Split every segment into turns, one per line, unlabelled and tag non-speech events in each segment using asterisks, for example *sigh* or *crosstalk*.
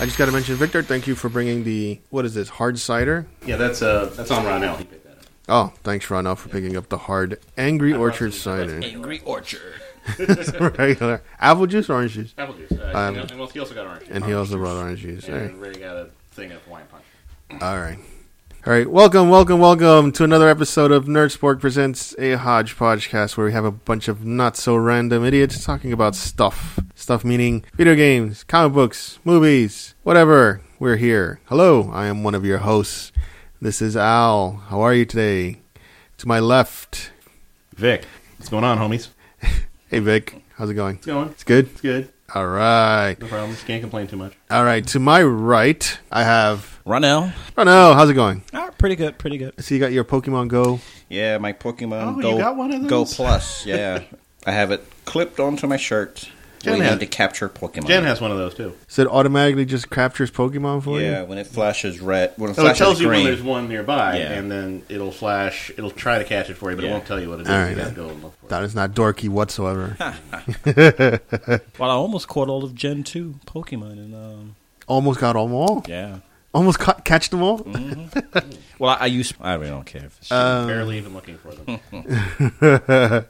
I just got to mention, Victor. Thank you for bringing the what is this hard cider?
Yeah, that's uh, that's on Ronell. He picked that up.
Oh, thanks, Ronell, for picking up the hard Angry Orchard cider.
Angry Orchard.
*laughs* Regular apple juice, orange juice,
Apple juice. Uh,
Um,
and and also- he also got orange.
and he also brought orange juice. All right.
And Ray got a thing of wine punch.
All right. All right. Welcome, welcome, welcome to another episode of Nerd Sport Presents a Hodgepodge Cast where we have a bunch of not so random idiots talking about stuff. Stuff meaning video games, comic books, movies, whatever. We're here. Hello. I am one of your hosts. This is Al. How are you today? To my left.
Vic, what's going on, homies?
Hey, Vic. How's it going?
It's going.
It's good?
It's good.
All right.
No problems. Can't complain too much.
All right. To my right, I have.
Ronell.
Oh, no. How's it going?
Ah, pretty good, pretty good.
I see you got your Pokemon Go.
Yeah, my Pokemon
Oh, you
Go
got one of
Go
those?
Plus. Yeah,
*laughs*
I have it clipped onto my shirt.
Jen
waiting
had-
to capture Pokemon.
Jen has one of those too.
So it automatically just captures Pokemon for you?
yeah, when it flashes red, when it
So Oh, it
flashes
tells you when
green.
there's one nearby,
Yeah.
and then it'll flash. It'll try to catch it for you, but it
Yeah.
won't tell you what it is.
All right,
you gotta
then.
go and look for it.
That is not dorky whatsoever.
Well, I almost caught all of Gen two Pokemon, and um,
Almost got them all.
yeah.
Almost ca- catch them all.
Well, I, I use. I really don't care. If
Uh,
it's
Barely even looking for them.
*laughs*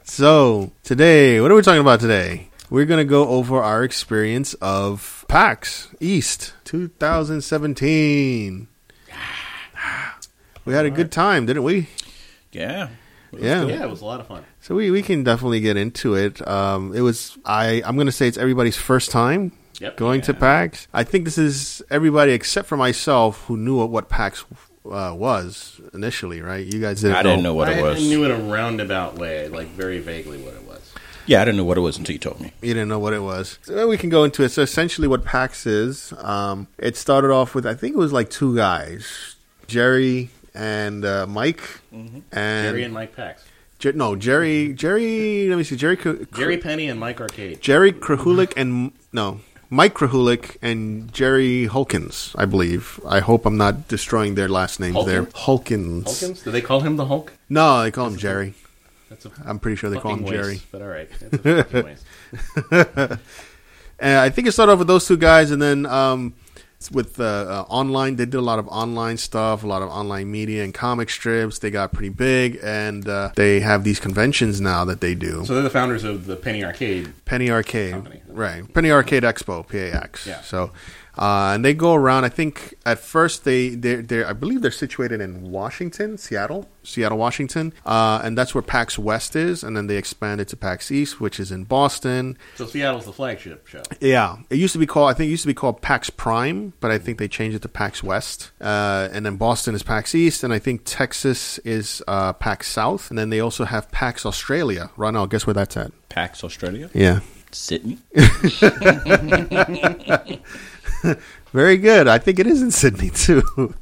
So today, what are we talking about today? We're gonna go over our experience of PAX East 2017. *sighs* We had a good time, didn't we?
yeah,
Yeah.
yeah, it was a lot of fun.
So we, we can definitely get into it. Um, it was I I'm gonna say it's everybody's first time
Yep.
going to PAX. I think this is everybody except for myself who knew what, what PAX uh, was initially, right? You guys didn't.
I didn't know what
I,
it was.
I knew in a roundabout way, like very vaguely what it was.
yeah, I didn't know what it was until you told me.
You didn't know what it was. So we can go into it. So essentially, what PAX is, um, it started off with I think it was like two guys, Jerry and uh, Mike, and,
Mm-hmm. Jerry and Mike Pax.
Jer- no Jerry Jerry. Let me see Jerry K-
Jerry Penny and Mike Arcade.
Jerry Krahulik and no Mike Krahulik and Jerry Hulkins, I believe. I hope I'm not destroying their last names there. Hulkins.
Hulkins? Do they call him the Hulk?
No, they call him Jerry.
That's a
I'm pretty sure they call him
fucking
Jerry.
waste, But all right. That's a fucking
*laughs*
waste.
And Uh, I think it started off with those two guys, and then um, with uh, uh, online, they did a lot of online stuff, a lot of online media and comic strips. They got pretty big, and uh, they have these conventions now that they do.
So they're the founders of the Penny Arcade.
Penny Arcade,
Company.
right? Penny Arcade Expo, PAX.
Yeah.
So, uh, and they go around. I think at first they they they I believe they're situated in Washington, Seattle, Seattle, Washington, uh, and that's where PAX West is, and then they expanded to PAX East, which is in Boston.
So Seattle's the flagship show.
Yeah, it used to be called. I think it used to be called PAX Prime, but I think they changed it to PAX West. Uh, and then Boston is PAX East, and I think Texas is uh, PAX South. And then they also have PAX Australia. Right now, guess where that's at?
PAX Australia,
Yeah,
Sydney.
very good. I think it is in Sydney too. *laughs*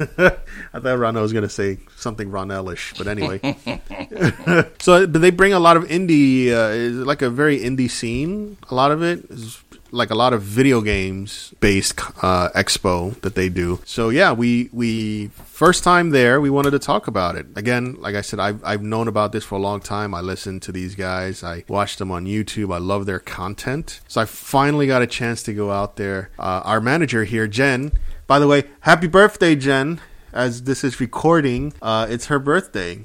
I thought Ronald was going to say something Ronellish, but anyway. so, but they bring a lot of indie, uh, is like a very indie scene. A lot of it is like a lot of video games based uh, expo that they do. So yeah, we we first time there, we wanted to talk about it again. Like I said, I've I've known about this for a long time. I listened to these guys. I watched them on YouTube. I love their content. So I finally got a chance to go out there. Uh, our manager here, Jen. By the way, happy birthday, Jen. As this is recording, uh, it's her birthday.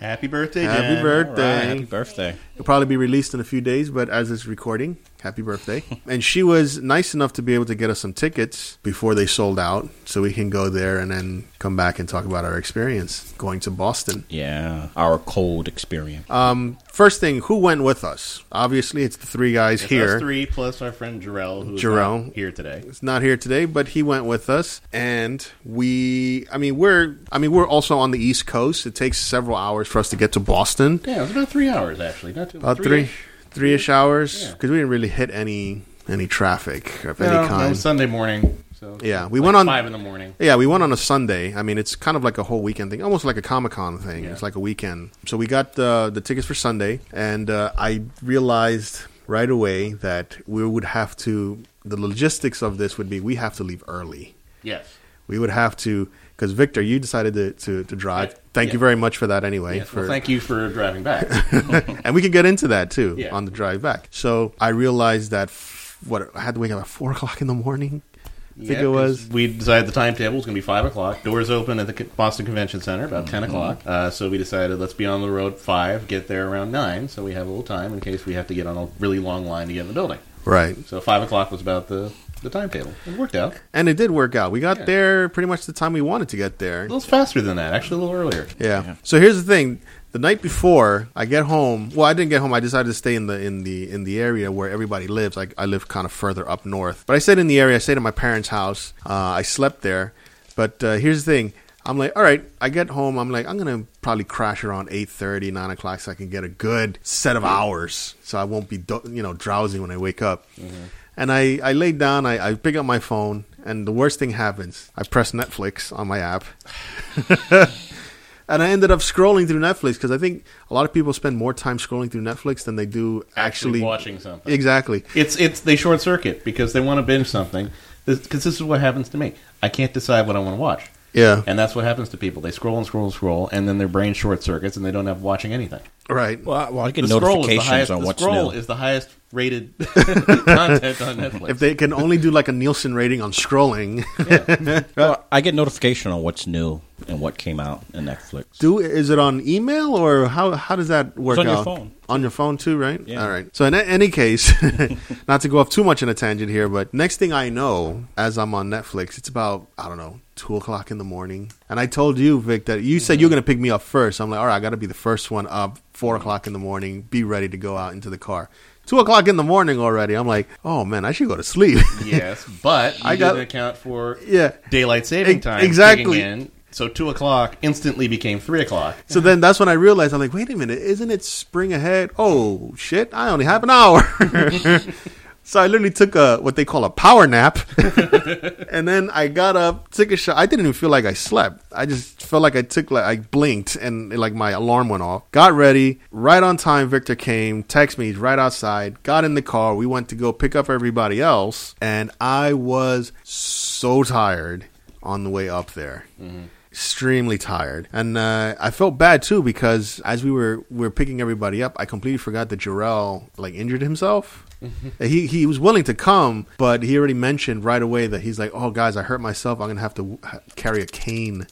Happy birthday,
Happy
Jen.
All right,
birthday.
happy birthday.
It'll probably be released in a few days, but as it's recording, happy
*laughs*
birthday. and she was nice enough to be able to get us some tickets before they sold out so we can go there and then come back and talk about our experience going to Boston. Um,
Yeah, our cold experience.
Uh,
First thing, who went with us? Obviously, it's the three guys
It's
here.
Us three plus our friend Jarrell, who's
Jarrell.
not here today.
It's not here today, but he went with us, and we. I mean, we're. I mean, we're also on the East Coast. It takes several hours for us to get to Boston.
Yeah, it was about three hours actually. Not too
About three, three ish hours
Yeah.
because we didn't really hit any any traffic of
No,
any
no, it
kind.
was Sunday morning. So
Yeah, we
like
went on-
five in the morning.
Yeah, we went on a Sunday. I mean, it's kind of like a whole weekend thing, almost like a Comic Con thing. It's like a weekend. So we got uh, the the tickets for Sunday, and uh, I realized right away that we would have to. The logistics of this would be we have to leave early.
Yes.
We would have to because Victor, you decided to to, to drive.
Right.
Thank
Yeah.
you very much for that anyway.
Yes,
for,
well, thank you for driving back.
*laughs* and we could get into that too
Yeah.
on the drive back. So I realized that f- what I had to wake up at four o'clock in the morning. I think it was.
We decided the timetable was going to be five o'clock. Doors open at the Co- Boston Convention Center
Mm-hmm.
about ten o'clock. Uh, so we decided let's be on the road five, get there around nine, so we have a little time in case we have to get on a really long line to get in the building.
Right.
So five o'clock was about the the timetable. It worked out.
And it did work out. We got
Yeah.
there pretty much the time we wanted to get there.
A little faster than that, actually, a little earlier.
Yeah. So here's the thing: the night before I get home, well, I didn't get home. I decided to stay in the in the in the area where everybody lives. I, I live kind of further up north, but I stayed in the area. I stayed at my parents' house. Uh, I slept there. But uh, here's the thing: I'm like, all right. I get home. I'm like, I'm gonna probably crash around 8:30, 9 o'clock, so I can get a good set of hours, so I won't be do- you know drowsy when I wake up. And I, I laid down, I, I pick up my phone, and the worst thing happens. I press Netflix on my app, and I ended up scrolling through Netflix because I think a lot of people spend more time scrolling through Netflix than they do actually,
watching something.
Exactly.
It's it's they short circuit because they want to binge something. Because this, is what happens to me. I can't decide what I want to watch.
Yeah.
And that's what happens to people. They scroll and scroll and scroll, and then their brain short circuits, and they don't have watching anything.
Right.
Well, I, well, I get
The scroll is the
notifications
highest.
on
The
what's
scroll
new.
is the highest rated *laughs* content on
*laughs*
Netflix.
if they can only do like a Nielsen rating on scrolling, *laughs*
Well,
I get notification on what's new and what came out in Netflix.
do is it on email or how how does that work
on your
out?
phone.
On your phone too, right?
Yeah.
All right. So in a- any case, *laughs* not to go off too much on a tangent here, but next thing I know, as I'm on Netflix, it's about I don't know two o'clock in the morning, and I told you Vic that you said you're gonna pick me up first. I'm like, all right, I gotta be the first one up. Four o'clock in the morning, be ready to go out into the car. Two o'clock in the morning already. I'm like, oh man, I should go to sleep. *laughs*
yes, but you
I got-
didn't account for
yeah.
daylight saving
Ex-
time kicking
exactly.
in, so two o'clock instantly became three o'clock.
So then that's when I realized I'm like, wait a minute, isn't it spring ahead? Oh shit, I only have an hour. *laughs* so I literally took a what they call a power nap, *laughs* and then I got up, took a shot. I didn't even feel like I slept. I just felt like I took like I blinked and like my alarm went off. Got ready right on time. Victor came, texted me, he's right outside. Got in the car. We went to go pick up everybody else, and I was so tired on the way up there extremely tired and uh, i felt bad too because as we were we were picking everybody up i completely forgot that jarrell like injured himself he he was willing to come but he already mentioned right away that he's like oh guys i hurt myself i'm gonna have to ha- carry a cane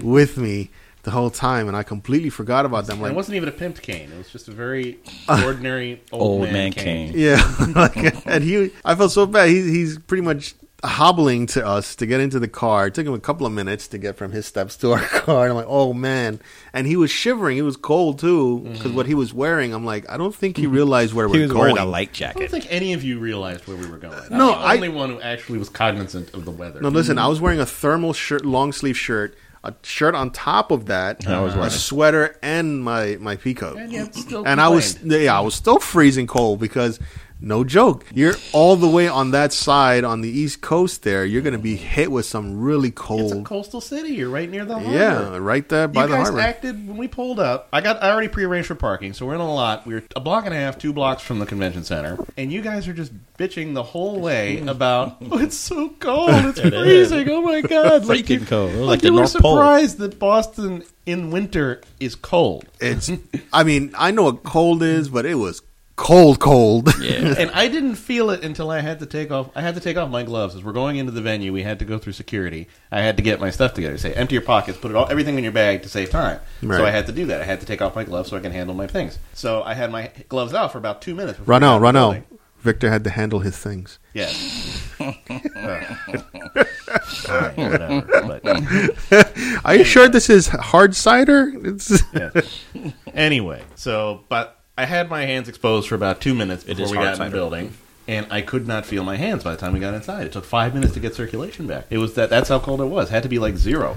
with me the whole time and i completely forgot about them
And it
like
wasn't even a pimped cane. It was just a very
Uh, *laughs*
ordinary old,
Old
man,
man
cane.
came.
yeah
*laughs*
*laughs* like, and he i felt so bad he's he's pretty much hobbling to us to get into the car it took him a couple of minutes to get from his steps to our *laughs* car and i'm like oh man and he was shivering he was cold too because what he was wearing i'm like i don't think he realized where
Mm-hmm. He
we're
was
going
wearing a light
I don't
jacket.
think any of you realized where we were going. I'm
No,
the
I-
only one who actually was cognizant of the weather.
no listen
Mm-hmm.
i was wearing a thermal shirt long sleeve shirt a shirt on top of that
I was
a
wearing it.
sweater and my my peacoat
and yet still
and I was
complained.
yeah, I was still freezing cold because no joke, you're all the way on that side on the East Coast. There, you're going to be hit with some really
It's a
cold.
coastal city. You're right near the harbor.
yeah, right there by
you
the
guys
harbor.
acted when we pulled up. I got I already prearranged for parking, so we're in a lot. We were a block and a half, two blocks from the convention center, and you guys are just bitching the whole way about oh, it's so cold, it's freezing. Oh my god, like
Freaking
you-
cold. It was
Like,
like the
you were
North Pole.
surprised that Boston in winter is cold,
*laughs* it's. I mean, I know what cold is, but it was cold, cold.
Yeah.
and I didn't feel it until I had to take off. I had to take off my gloves as we're going into the venue. We had to go through security. I had to get my stuff together. Say, empty your pockets, put it all, everything in your bag to save time.
Right.
So I had to do that. I had to take off my gloves so I can handle my things. So I had my gloves out for about two minutes.
*laughs*
before
run
we got
out,
in
run
the
out.
building.
Victor had to handle his things.
Yeah. *laughs* Uh, fine, whatever, but-
Are you sure this is hard cider? *laughs* It's
Anyway, so but I had my hands exposed for about two minutes before
is
we
hard
got in the
cider.
building, and I could not feel my hands by the time we got inside. It took five minutes to get circulation back. It was that that's how cold it was. had to be like zero.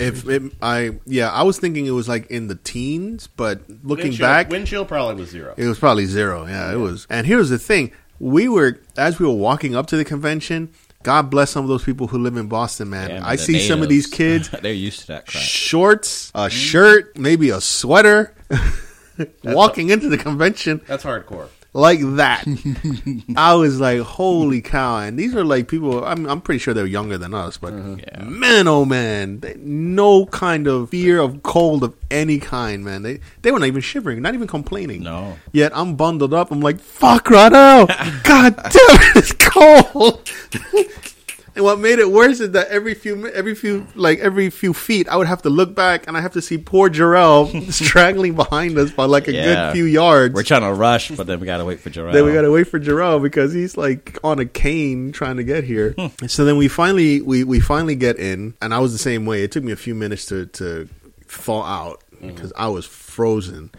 if it, I yeah, I was thinking it was like in the teens, but looking
Wind chill-
back,
wind chill probably was zero.
It was probably zero. Yeah, it was. And here's the thing: we were as we were walking up to the convention. God bless some of those people who live in Boston, man.
Damn,
I
the
see some of these
natives.
*laughs*
kids
They're used to that crap.
shorts, a *laughs* shirt, maybe a sweater, walking into the convention.
That's hardcore.
like that. I was like, holy cow! And these are like people. I'm I'm pretty sure they're younger than us, but
Yeah.
man, oh man, they, no kind of fear of cold of any kind, man. They they were not even shivering, not even complaining.
No.
Yet I'm bundled up. I'm like, fuck
*laughs*
right now. God damn it, it's cold. *laughs* And what made it worse is that every few, mi- every few, like every few feet, I would have to look back and I have to see poor Jarrell
*laughs*
straggling behind us by like a
Yeah.
good few yards.
We're trying to rush, but then we gotta wait for Jarrell.
Then we gotta wait for Jarrell because he's like on a cane trying to get here. *laughs* so then we finally we we finally get in, and I was the same way. It took me a few minutes to to thaw out because I was frozen.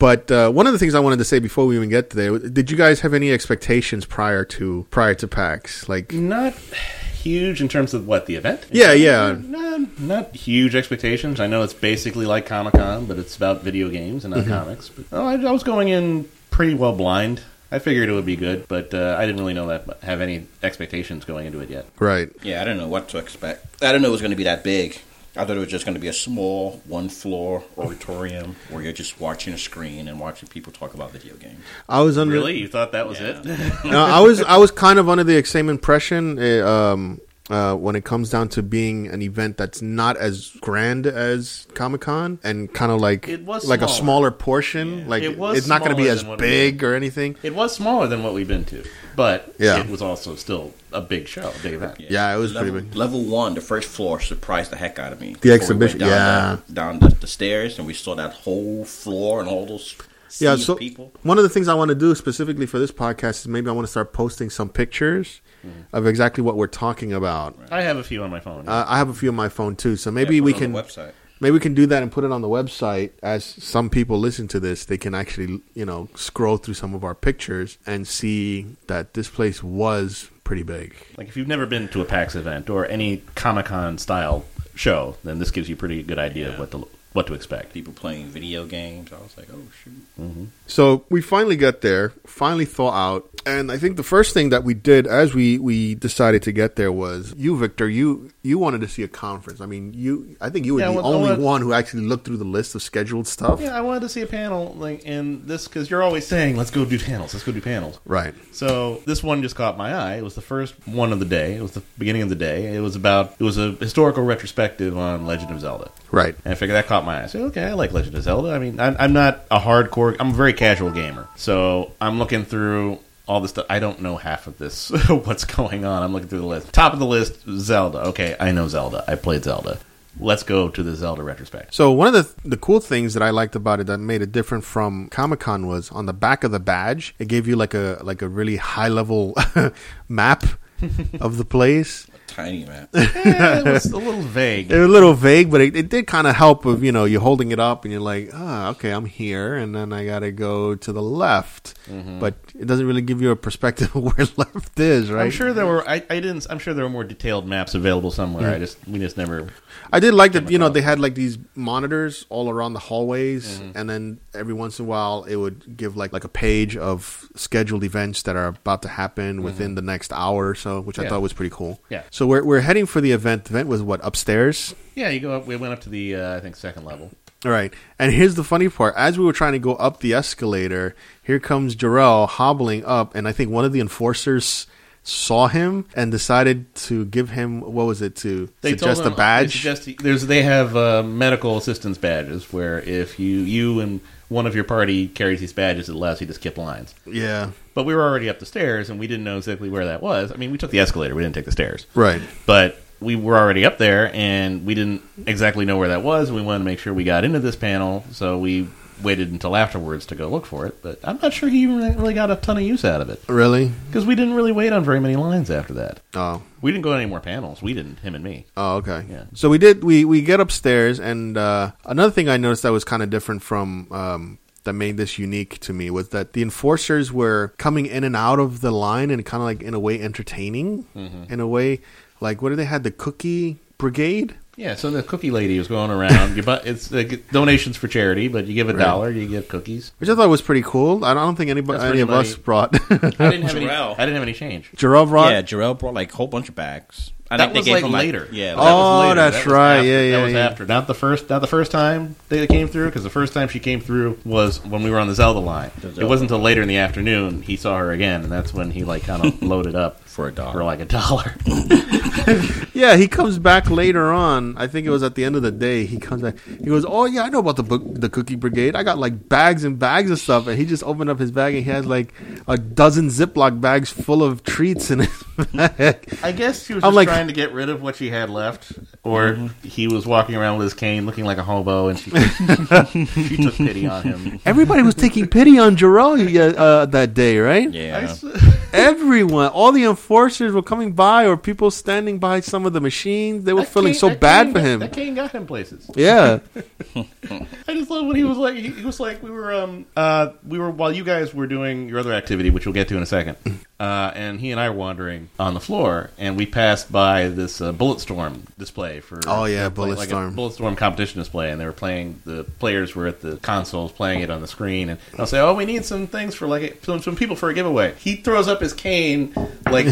But uh, one of the things I wanted to say before we even get there, did you guys have any expectations prior to prior to PAX? Like,
Not huge in terms of what the event.
Yeah, yeah.
No, not huge expectations. I know it's basically like Comic Con, but it's about video games
Mm-hmm.
and not comics. But oh, I, I was going in pretty well blind. I figured it would be good, but uh, I didn't really know that have any expectations going into it yet.
right?
Yeah, I don't know what to expect. I didn't know it was going to be that big. I thought it was just going to be a small, one floor auditorium where you're just watching a screen and watching people talk about video games.
I was under
Really, you thought that was it?
no, I was I was kind of under the same impression. eh, um, uh, when it comes down to being an event that's not as grand as Comic Con and kind of like
It was
like a
smaller.
smaller portion, like
It was
it's not going to be
smaller
as
than what it
big or anything.
*laughs* It was smaller than what we've been to, but
Yeah.
it was also still a big show, a big event.
Yeah, it was
level,
pretty big.
Level one, the first floor, surprised the heck out of me.
The
Before we
exhibition-
went
yeah.
the- down the, the stairs, and we saw that whole floor and all those sea
Yeah,
of
so
people.
one of the things I want to do specifically for this podcast is maybe I want to start posting some pictures
Mm.
of exactly what we're talking about.
I have a few on my phone.
Uh, I have a few on my phone too, so
Yeah,
maybe
put
we
it on
can
the website.
Maybe we can do that and put it on the website. As some people listen to this, they can actually, you know, scroll through some of our pictures and see that this place was pretty big.
like if you've never been to a PAX event or any Comic Con style show, then this gives you a pretty good idea of what to what to expect.
People playing video games. I was like, oh shoot.
So we finally got there, finally thaw out, and I think the first thing that we did as we we decided to get there was you, Victor. You you wanted to see a conference. I mean, you. I think you were
Yeah,
the
well, I
only
want-
one who actually looked through the list of scheduled stuff.
Yeah, I wanted to see a panel like in this because you're always saying, "Let's go do panels. Let's go do panels."
Right.
So this one just caught my eye. It was the first one of the day. It was the beginning of the day. It was about it was a historical retrospective on Legend of Zelda.
Right.
And I figured that caught my eye. I said, okay, I like Legend of Zelda. I mean, I'm, I'm not a hardcore, I'm a very casual gamer. So I'm looking through all this stuff. I don't know half of this, *laughs* what's going on. I'm looking through the list. Top of the list, Zelda. Okay, I know Zelda. I played Zelda. Let's go to the
*laughs*
Zelda retrospect.
So one of the the cool things that I liked about it that made it different from Comic Con was on the back of the badge, it gave you like a like a really high level *laughs*
*laughs*
map of the place. *laughs*
Tiny man.
Eh, it was a little vague.
It was a little vague, but it, it did kind of help. Of you know, you're holding it up and you're like, ah, okay, I'm here, and then I gotta go to the left, but it doesn't really give you a perspective *laughs* of where left is, right?
Mm-hmm. I'm sure there were. I, I didn't. I'm sure there were more detailed maps available somewhere.
Mm.
I just we just never.
I did like that. You know, they had like these monitors all around the hallways,
Mm-hmm.
and then every once in a while, it would give like like a page of scheduled events that are about to happen within the next hour or so, which I
Mm-hmm. Yeah.
thought was pretty cool.
Yeah.
So we're we're heading for the event. The event was what upstairs.
Yeah, you go up. We went up to the uh, I think second level.
All right. And here's the funny part. As we were trying to go up the escalator, here comes Jarrell hobbling up, and I think one of the enforcers saw him and decided to give him what was it to
told
suggest a
them- They,
badge.
suggest, there's, they have uh, medical assistance badges where if you you and one of your party carries these badges, it allows you to skip lines.
yeah.
But we were already up the stairs and we didn't know exactly where that was. I mean, we took the escalator, we didn't take the stairs,
Right.
but we were already up there and we didn't exactly know where that was. And we wanted to make sure we got into this panel, so we waited until afterwards to go look for it. But I'm not sure he even really got a ton of use out of it
Really?
because we didn't really wait on very many lines after that.
Oh.
We didn't go to any more panels. We didn't, him and me.
Oh, okay.
Yeah.
So we did. We we get upstairs, and uh, another thing I noticed that was kind of different from um, that made this unique to me was that the enforcers were coming in and out of the line, and kind of like in a way entertaining,
Mm-hmm.
in a way like what did they had the cookie brigade.
Yeah, so the cookie lady was going around. you buy, it's like donations for charity, but you give a dollar, you get cookies.
Which I thought was pretty cool. I don't I don't think anybody,
That's
any of
pretty
us brought. *laughs*
I didn't have any.
Jarrell.
I didn't have any change.
Jarrell brought.
Yeah, Jarrell brought like a whole bunch of bags. I
That was like
him,
later.
yeah.
That was
Oh,
later.
that's
That was
right.
after-
Yeah, yeah,
That was
yeah.
after. Not the first. Not the first time they came through. Because the first time she came through was when we were on the Zelda line.
Zelda.
It wasn't until later in the afternoon he saw her again, and that's when he like kind *laughs* of loaded up
For a dollar.
for like a dollar.
Yeah, he comes back later on. I think it was at the end of the day. He comes back. He goes, "Oh yeah, I know about the book, the Cookie Brigade. I got like bags and bags of stuff." And he just opened up his bag and he had like a dozen Ziploc bags full of treats in his *laughs* bag.
I guess she was
I'm
just
like-
trying to get rid of what she had left, or he was walking around with his cane, looking like a hobo, and she she took *laughs* pity on him.
Everybody was taking pity on Jerome uh, uh, that day, right?
I
Yeah.
s- *laughs*
Everyone, all the enforcers were coming by, or people standing by some of the machines. They were
that
feeling
cane-
so
that
bad
cane
for
got-
him.
That cane got him places.
Yeah,
I just love when he was like, he, he was like, we were, um, uh, we were while you guys were doing your other activity, which we'll get to in
*laughs*
a second, uh, and he and I were wandering on the floor, and we passed by this uh, bullet storm display for
Oh, yeah,
they were playing-
Bullet
like a
Storm.
bullet storm competition display, and they were playing the players were at the consoles playing it on the screen, and I'll say, oh, we need some things for like a- some, some people for a giveaway. He throws up his cane like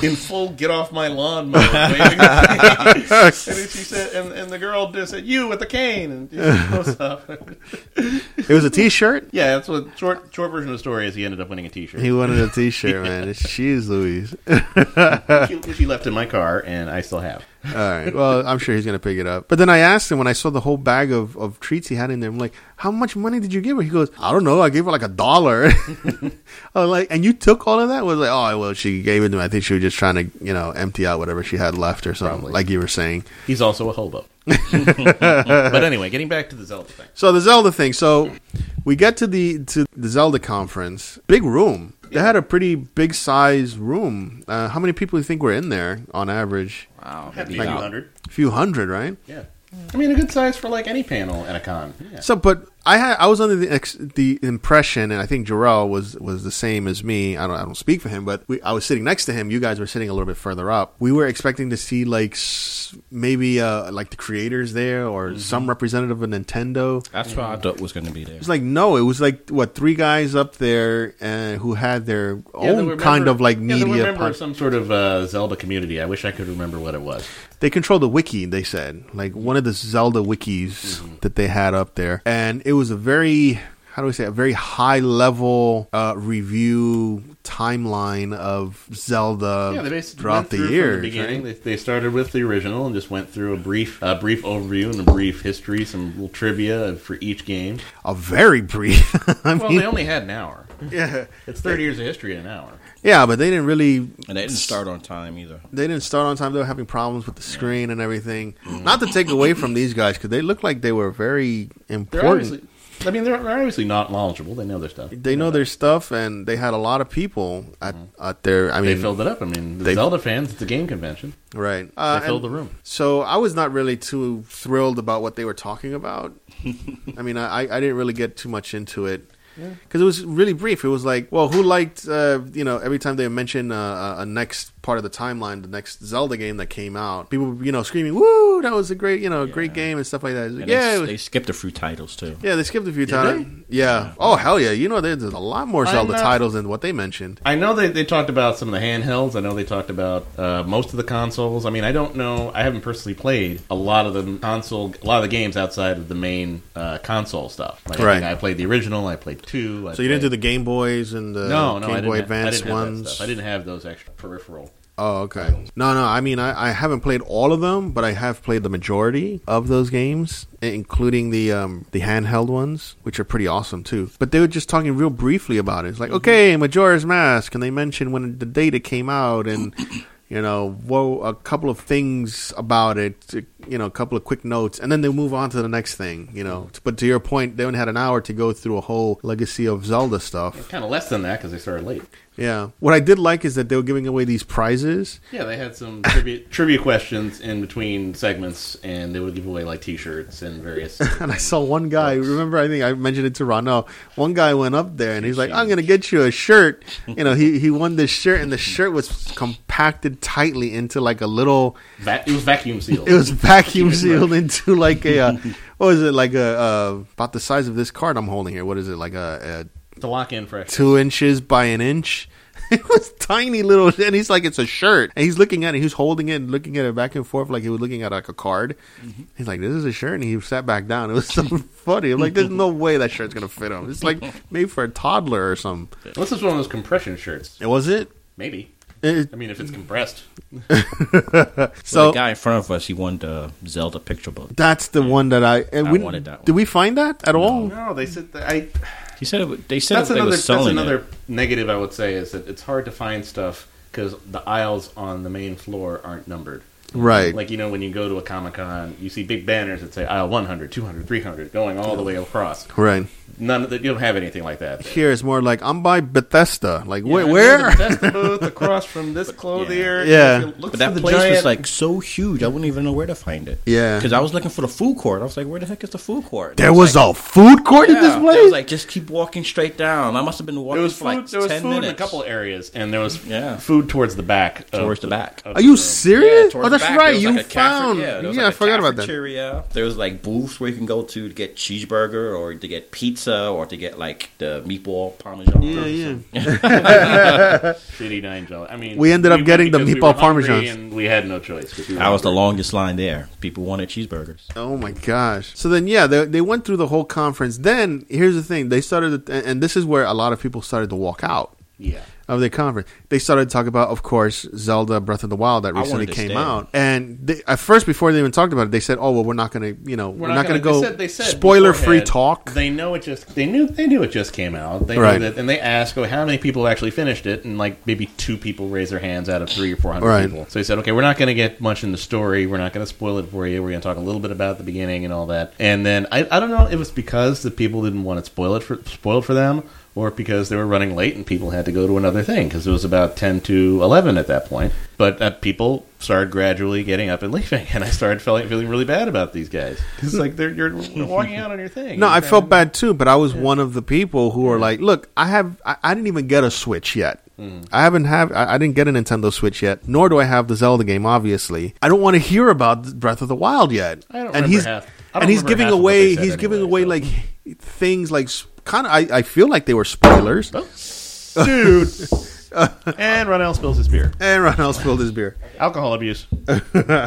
in full get off my lawn mode, waving the cane. and she said, and, and the girl just said, you with the cane, and she goes up. *laughs*
it was a T-shirt.
yeah, that's what short short version of the story is. He ended up winning a T-shirt.
He wanted a T-shirt, *laughs* man. She's Louise.
she, which he left in my car, and I still have.
All right. Well, I'm sure he's gonna pick it up. But then I asked him when I saw the whole bag of, of treats he had in there. I'm like, "How much money did you give her?" He goes, "I don't know. I gave her like a dollar." *laughs* I was like, "And you took all of that?" I was like, "Oh, well, she gave it to me. I think she was just trying to, you know, empty out whatever she had left or something."
Probably.
Like you were saying.
He's also a hobo. but anyway, getting back to the Zelda thing.
So the Zelda thing. So we get to the to the Zelda conference. Big room. They had a pretty big size room. Uh, how many people do you think were in there on average?
Wow.
Happy
maybe about-
200.
A few hundred, right?
Yeah. Mm. I mean, a good size for like any panel at a con. Yeah.
So, but I had I was under the ex, the impression, and I think Jarrell was was the same as me. I don't I don't speak for him, but we, I was sitting next to him. You guys were sitting a little bit further up. We were expecting to see like s- maybe uh, like the creators there or
Mm-hmm.
some representative of Nintendo.
That's what I thought was going to be there.
It's like no, it was like what three guys up there uh, who had their
Yeah, they
own
were
kind
member-
of like
yeah, they were
media.
member
pod-
of some sort of uh, Zelda community. I wish I could remember what it was.
they control the wiki they said like
Mm-hmm.
one of the zelda wikis that they had up there and it was a very how do we say a very high level uh, review timeline of zelda
Yeah, they basically
throughout
went
the
through from
years
the beginning,
right?
they, they started with the original and just went through a brief, a brief overview and a brief history, some little trivia for each game.
a very brief *laughs* i
Well,
mean
they only had an hour.
yeah
It's thirty years of history in an hour.
yeah but they didn't really
And they didn't start on time either.
they didn't start on time they were having problems with the screen and everything
Mm-hmm.
not to take away from these guys because they looked like they were very
They're
important
obviously, I mean, they're, they're obviously not knowledgeable. They know their stuff.
they know their stuff and they had a lot of people at, at their i
Mm-hmm. They
mean
filled it up. I mean, the
They-
Zelda fans. It's a game convention.
right
They
uh,
filled
and-
the room.
So I was not really too thrilled about what they were talking about.
*laughs*
I mean, I, I didn't really get too much into it because it was really brief. It was like, well, who liked, uh, you know, every time they mention uh, a a next part of the timeline, the next Zelda game that came out, people, were, you know, screaming, "Woo, that was a great, you know, great game" and stuff like that. It was like,
And
yeah,
they,
it was-
they skipped a few titles too.
yeah, they skipped a few times. Yeah. Oh hell yeah! You know, there's a lot more
I'm
Zelda
not-
titles than what they mentioned.
I know they, they talked about some of the handhelds. I know they talked about uh, most of the consoles. I mean, I don't know. I haven't personally played a lot of the console, a lot of the games outside of the main uh, console stuff. Like, I,
Right.
think I played the original. I played two. I
So you didn't do
played-
the Game Boys and the
no, no, I
Game
didn't.
Boy
have- I
Advance
didn't have that
ones.
stuff. I didn't have those extra peripheral.
Oh, okay. No, no. I mean, I, I haven't played all of them, but I have played the majority of those games, i- including the um, the handheld ones, which are pretty awesome too. But they were just talking real briefly about it. It's like, okay, Majora's Mask, and they mentioned when the data came out, and *coughs* you know, whoa, a couple of things about it, t- you know, a couple of quick notes, and then they move on to the next thing. You know, but to your point, they only had an hour to go through a whole legacy of Zelda stuff.
Kind of less than that because they started late.
Yeah. What I did like is that they were giving away these prizes.
Yeah, they had
*laughs*
some trivia, trivia questions in between segments, and they would give away like T-shirts and various.
And *laughs* I saw one guy. Remember, I think I mentioned it to Ronell. One guy went up there and he's like, "I'm gonna get you a shirt." You know, he he won this shirt, and the shirt was compacted tightly into like a little.
Va- it was vacuum sealed.
It was vacuum sealed into like a uh, what was it like a uh, about the size of this card I'm holding here? What is it like a, *laughs*
to lock in fresh.
a two inches by an inch? *laughs* it was tiny little, and he's like, it's a shirt, and he's looking at it. He was holding it and looking at it back and forth like he was looking at like a card. He's like, this is a shirt, and he sat back down. It was *laughs* so funny. I'm like, there's no way that shirt's gonna fit him. It's like made for a toddler or something.
Unless it's one of those compression shirts.
It was it.
Maybe.
It-
I mean, if it's compressed.
so
the guy in front of us, he won the Zelda picture book.
that's the one that I. And
I
we,
wanted that one.
Did we find that at all?
No, they said that I.
He said it, wa- they said
That's
that they were
another. That's
selling
another
it.
negative I would say is that it's hard to find stuff because the aisles on the main floor aren't numbered.
Right.
Like you know, when you go to a comic con, you see big banners that say aisle 100, 200, 300, going all the way across.
right.
None of that. You don't have anything like that. there.
Here it's more like I'm by Bethesda. Like
Yeah,
*laughs*
I
wait,
know
where?
The best booth across from
*laughs*
this clothier.
Yeah.
Look for
But that
the
place
giant-
was like so huge, I wouldn't even know where to find it.
Yeah.
because I was looking for the food court. I was like, "Where the heck is the food court?"
There was a food court
like,
at this
yeah.
place.
I was like, "Just keep walking straight down." I must have been
There
walking
was
for
food.
like
there was
ten
food
minutes.
in a couple areas, and there was
Yeah.
food towards the back. of-
towards the back.
of
Are
the
you
room.
serious?
towards
oh,
the
that's
back, there
right.
was,
You
like, a cafe-
found.
yeah,
Yeah,
there was,
I
like, a
forgot about that.
cafeteria. There was like booths where you can go to to get cheeseburger or to get pizza or to get like the meatball parmesan.
Yeah, yeah.
Shitty nine jelly. I mean,
We ended up
went
getting the
because
meatball
were hungry
parmesans.
and we had no choice. 'cause we were
That was the
hungry.
longest line there. People wanted cheeseburgers.
Oh my gosh! So then, yeah, they, they went through the whole conference. Then here's the thing: they started, to, and- and this is where a lot of people started to walk out
Yeah,
of the conference. They started to talk about, of course, Zelda Breath of the Wild that recently
wanted to
came
stay.
out. And they, at first, before they even talked about it, they said, "Oh well, we're not going to, you know, we're, not, going to go
they said- they said
spoiler-free
beforehand,
talk."
They know it just. They knew. They knew it just came out. They
Right.
knew that, and they asked, "Oh, how many people actually finished it?" And like maybe two people raised their hands out of three or four hundred
Right.
people. So he said, "Okay, we're not going to get much in the story. We're not going to spoil it for you. We're going to talk a little bit about the beginning and all that." And then I, I don't know if it was because the people didn't want it spoil it for spoiled for them. Or because they were running late and people had to go to another thing because it was about ten to eleven at that point. But uh, people started gradually getting up and leaving, *laughs* and I started feeling feeling really bad about these guys. It's like
*laughs*
they're you're walking out on your thing.
No, I
Okay.
felt bad too, but I was one of the people who are like, look, I have, I, I didn't even get a Switch yet.
Mm.
I haven't have, I, I didn't get a Nintendo Switch yet, nor do I have the Zelda game. Obviously, I don't want to hear about Breath of the Wild yet.
I don't
and
remember
he's
half- I don't
and he's
remember
giving
half of what
away,
they
he's
said
giving
anyway,
away
so.
like things like kind of. I, I feel like they were spoilers. *laughs*
dude. and Ronell spills his beer.
And Ron else spilled his beer.
Alcohol abuse.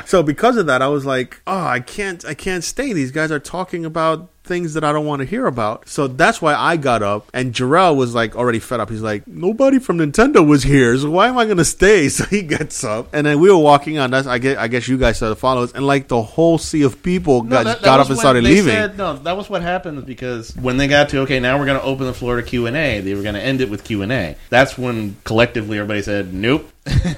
So because of that, I was like, oh, I can't, I can't stay. These guys are talking about things that I don't want to hear about. So that's why I got up. And Jarrell was like already fed up. He's like, nobody from Nintendo was here, so why am I gonna stay? *laughs* So he gets up, and then we were walking on. That's I guess, I guess you guys started to follow us, and like the whole sea of people got, got up and started leaving.
no, that was what happened because when they got to okay, now we're going to open the floor to Q and A. They were going to end it with Q and A. That's when collectively everybody said nope.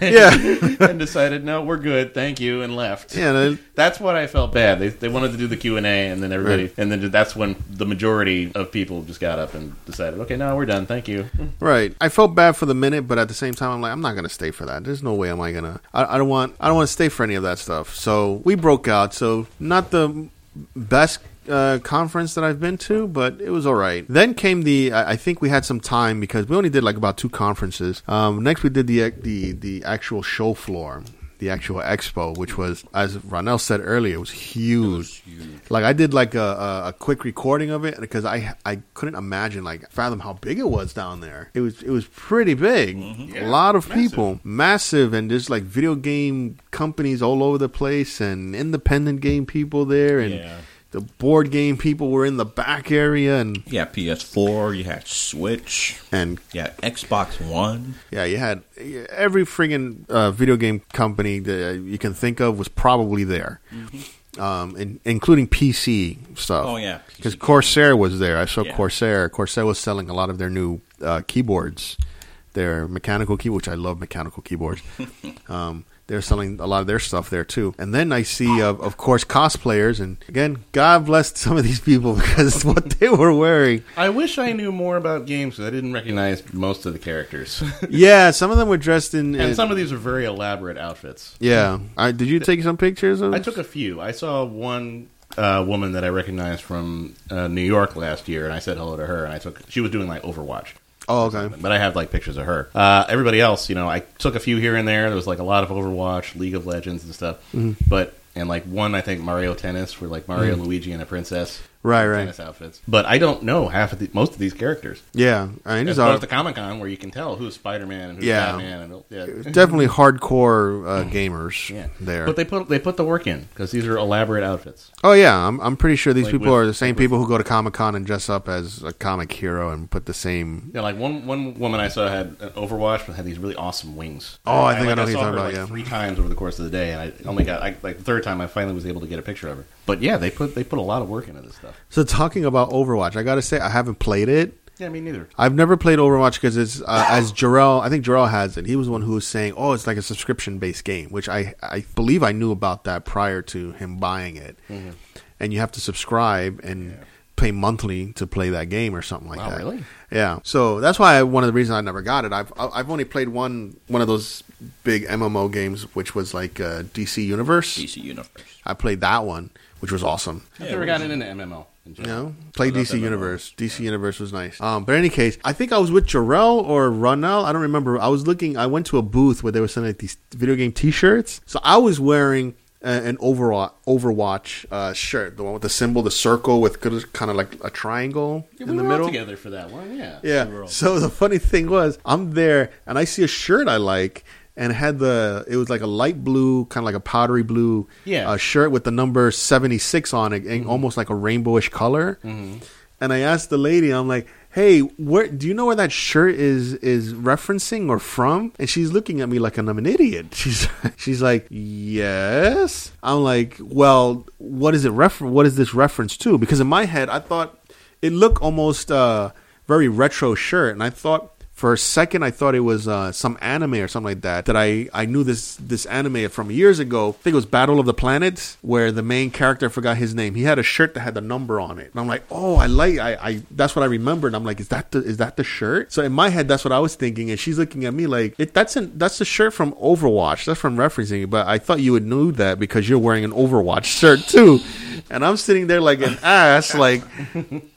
Yeah.
*laughs* and decided no, we're good, thank you, and left.
yeah, and
That's what I felt bad. They, they wanted to do the Q and A, and then everybody,
Right.
and then that's when the majority of people just got up and decided, okay, now we're done. Thank you.
Right. I felt bad for the minute, but at the same time, I'm like, I'm not gonna stay for that. There's no way am I gonna. I, I don't want. I don't want to stay for any of that stuff. So we broke out. So not the best uh, conference that I've been to, but it was all right. Then came the. I, I think we had some time because we only did like about two conferences. Um, next, we did the the the actual show floor. The actual expo, which was, as Ronell said earlier, it was huge. Like I did like a, a, a quick recording of it because I I couldn't imagine like fathom how big it was down there. It was it was pretty big. a lot of people, massive, and there's like video game companies all over the place and independent game people there and.
Yeah.
The board game people were in the back area, and
You had PS4, you had Switch,
and
you had Xbox One.
yeah, you had every friggin' uh, video game company that uh, you can think of was probably there, um, in, including PC stuff.
Mm-hmm. Oh, yeah.
because Corsair was there. I saw
Yeah.
Corsair. Corsair was selling a lot of their new uh, keyboards, their mechanical key, which I love mechanical
*laughs*
keyboards. um, they're selling a lot of their stuff there too. And then I see, uh, of, of course, cosplayers. And again, God bless some of these people *laughs* because what they were wearing.
I wish I knew more about games because I didn't recognize most of the characters. *laughs*
Yeah, some of them were dressed in. in-
and some of these are very elaborate outfits.
yeah, I, did you take some pictures of?
Mm-hmm. I took a few. I saw one uh, woman that I recognized from uh, New York last year, and I said hello to her. And I took she was doing like Overwatch.
Oh, okay.
But I have like pictures of her. Uh, everybody else, you know, I took a few here and there. There was like a lot of Overwatch, League of Legends, and stuff. But and like one, I think Mario Tennis, where like Mario, Luigi, and a princess.
Right, right.
tennis outfits. But I don't know half of the most of these characters.
Yeah, I mean, it's
As opposed
all,
to Comic Con, where you can tell who's Spider Man and who's
Yeah.
Batman, and yeah,
definitely hardcore uh, gamers
Mm-hmm. yeah,
there.
But they put they put the work in because these are elaborate outfits.
oh yeah, I'm I'm pretty sure these
Like
people
with-
are the same people who go to Comic Con and dress up as a comic hero and put the same.
Yeah, like one one woman I saw had an Overwatch, but had these really awesome wings.
Oh, I think I know who
saw
you're
her,
talking about,
Like
yeah.
three times over the course of the day, and I only got I, like the third time I finally was able to get a picture of her. But yeah, they put they put a lot of work into this stuff.
So talking about Overwatch, I gotta say I haven't played it.
Yeah, me neither.
I've never played Overwatch because it's uh, as Jarrell. I think Jarrell has it. He was the one who was saying, "Oh, it's like a subscription-based game," which I I believe I knew about that prior to him buying it.
Mm-hmm.
And you have to subscribe and pay monthly to play that game or something like
Wow,
that.
really?
Yeah. So that's why I, one of the reasons I never got it. I've I- I've only played one one of those big MMO games, which was like uh, DC Universe.
DC Universe.
I played that one, which was awesome.
I've never gotten into MMO. In general.
No, play
Oh, that's
DC
MMO.
Universe. DC Universe was nice. Um, but in any case, I think I was with Jarrell or Ronell. I don't remember. I was looking. I went to a booth where they were selling like, these video game T-shirts. So I was wearing uh, an Overwatch, Overwatch uh, shirt, the one with the symbol, the circle with kind of like a triangle
Yeah, we
in the
were all
middle.
together for that one. Yeah,
Yeah. So the funny thing was, I'm there and I see a shirt I like, and it had the it was like a light blue, kind of like a powdery blue,
Yeah. Mm-hmm.
uh, shirt with the number seventy six on it, and almost like a rainbowish color. And I asked the lady, I'm like. Hey, where do you know where that shirt is is referencing or from? And she's looking at me like I'm an idiot. *laughs* She's she's like, "Yes." I'm like, "Well, what is it refer- what is this reference to?" Because in my head, I thought it looked almost uh, very retro shirt, and I thought for a second I thought it was uh, some anime or something like that. That I, I knew this this anime from years ago. I think it was Battle of the Planets, where the main character I forgot his name. He had a shirt that had the number on it, and I'm like, oh, I like I, I that's what I remembered. I'm like, is that the is that the shirt? So in my head, that's what I was thinking, and she's looking at me like, it, that's an, that's the shirt from Overwatch. That's from referencing, it, but I thought you would know that because you're wearing an Overwatch shirt too. And I'm sitting there like an ass, like,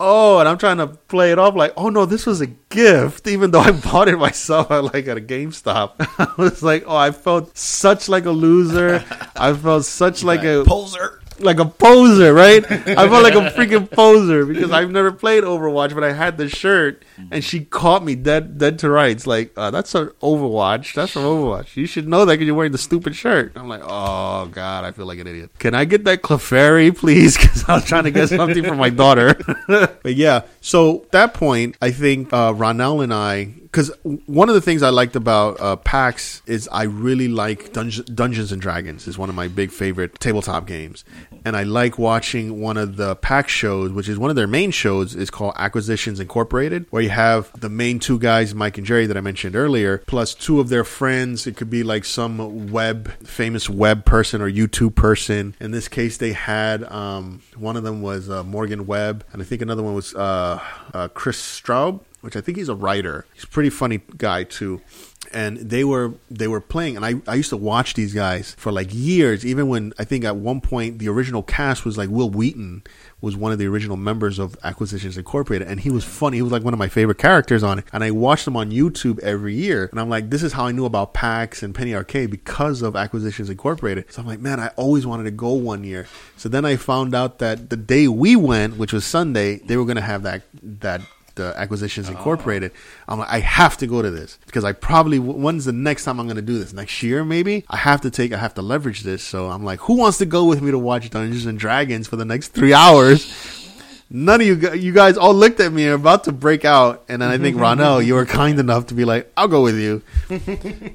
oh, and I'm trying to play it off like, oh no, this was a gift, even though I bought it myself at like at a GameStop. *laughs* I was like, oh, I felt such like a loser. I felt such like a
Poser.
like a poser, right? I felt like a freaking poser because I've never played Overwatch, but I had the shirt, and she caught me dead dead to rights. Like uh, that's an Overwatch. That's from Overwatch. You should know that because you're wearing the stupid shirt. I'm like, oh god, I feel like an idiot. Can I get that Clefairy, please? *laughs* Because I was trying to get something for my daughter. *laughs* but yeah, so that point, I think uh, Ronell and I because one of the things I liked about uh, PAX is I really like Dunge- Dungeons and Dragons is one of my big favorite tabletop games, and I like watching one of the PAX shows, which is one of their main shows, is called Acquisitions Incorporated, where you have the main two guys, Mike and Jerry, that I mentioned earlier, plus two of their friends. It could be like some web famous web person or YouTube person. In this case, they had um, one of them was uh, Morgan Webb, and I think another one was uh, uh, Chris Straub which I think he's a writer. He's a pretty funny guy too. And they were they were playing, and I, I used to watch these guys for like years. Even when I think at one point the original cast was like Will Wheaton was one of the original members of Acquisitions Incorporated, and he was funny. He was like one of my favorite characters on it. And I watched him on YouTube every year, and I'm like, this is how I knew about PAX and Penny Arcade because of Acquisitions Incorporated. So I'm like, man, I always wanted to go one year. So then I found out that the day we went, which was Sunday, they were going to have that that the acquisitions incorporated i'm like i have to go to this because i probably when's the next time i'm going to do this next year maybe i have to take i have to leverage this so i'm like who wants to go with me to watch dungeons and dragons for the next three hours none of you gu- you guys all looked at me and are about to break out and then i think ronell you were kind enough to be like i'll go with you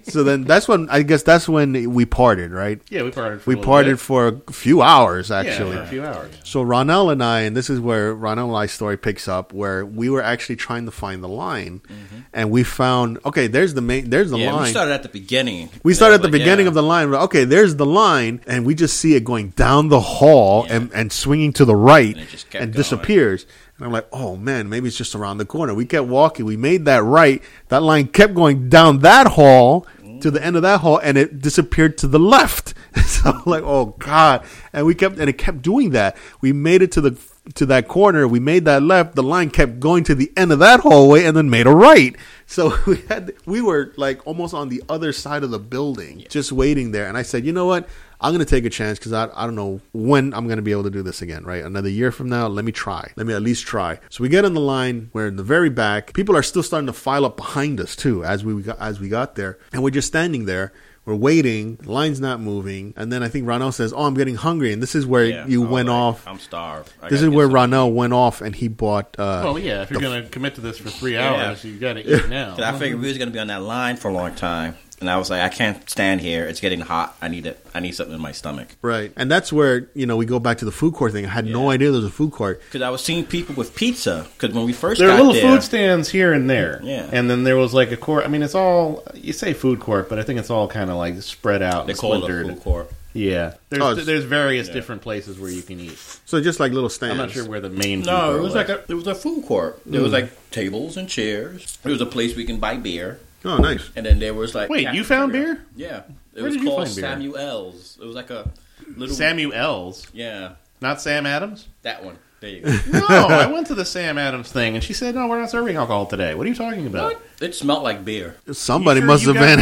so then that's when i guess that's when we parted right
yeah, we parted. For
we
a little
parted
bit.
for a few hours
Yeah,
actually
for a few hours.
so Ronell and I, and this is where Ronell and I's story picks up, where we were actually trying to find the line,
Mm-hmm.
and we found okay, there's the main, there's the
Yeah,
line.
we started at the beginning.
We started at the
Yeah, but
beginning
yeah.
of the line. but Okay, there's the line, and we just see it going down the hall
Yeah.
and, and swinging to the right
And it just kept
and
going.
disappears. And I'm like, oh man, maybe it's just around the corner. We kept walking. We made that right. That line kept going down that hall to the end of that hall, and it disappeared to the *laughs* left. so I'm like, oh god. And we kept and it kept doing that. We made it to the to that corner. We made that left. The line kept going to the end of that hallway and then made a right. So *laughs* we had we were like almost on the other side of the building, just waiting there. And I said, you know what? I'm gonna take a chance because I, I don't know when I'm gonna be able to do this again, right? Another year from now, let me try. Let me at least try. So we get on the line, we're in the very back. People are still starting to file up behind us too as we got as we got there, and we're just standing there. We're waiting. The line's not moving, and then I think Ronald says, "Oh, I'm getting hungry," and this is where
Yeah.
you
I'm
went
like,
off.
I'm starved. I
This
gotta
is
get
where
some-
Ronell went off and he bought. Uh,
Well, yeah, if you're going to commit to this for three
Yeah.
hours, you got to eat
*laughs*
now.
And I figured we was gonna be on that line for a long time, and I was like, I can't stand here. It's getting hot. I need it. I need something in my stomach.
right. And that's where, you know, we go back to the food court thing. I had no
Yeah.
idea there was a food court.
Because I was seeing people with pizza. Because when we first
there are
got
little
there,
food stands here and there.
Yeah.
And then there was like a court. I mean, it's all, you say food court, but I think it's all kind of like spread out
they
and
call it a
splintered.
food court.
Yeah. There's,
Oh, it's-
there's various different places where you can eat.
So just like little stands.
I'm not sure where the main food
No,
court
it was like a, it was a food court. There was like tables and chairs. There was a place we can buy beer,
Oh, nice.
and then there was like
Wait, you found
cafeteria.
beer?
Yeah, it
Where
was
did you
called
find beer?
Samuel's. It was like a little
Samuel's,
Yeah,
not Sam Adams.
that one. There you go.
No, I went to the Sam Adams thing, and she said, "No, we're not serving alcohol today." *laughs* What are you talking about?
What? It smelled like beer.
Somebody must have been.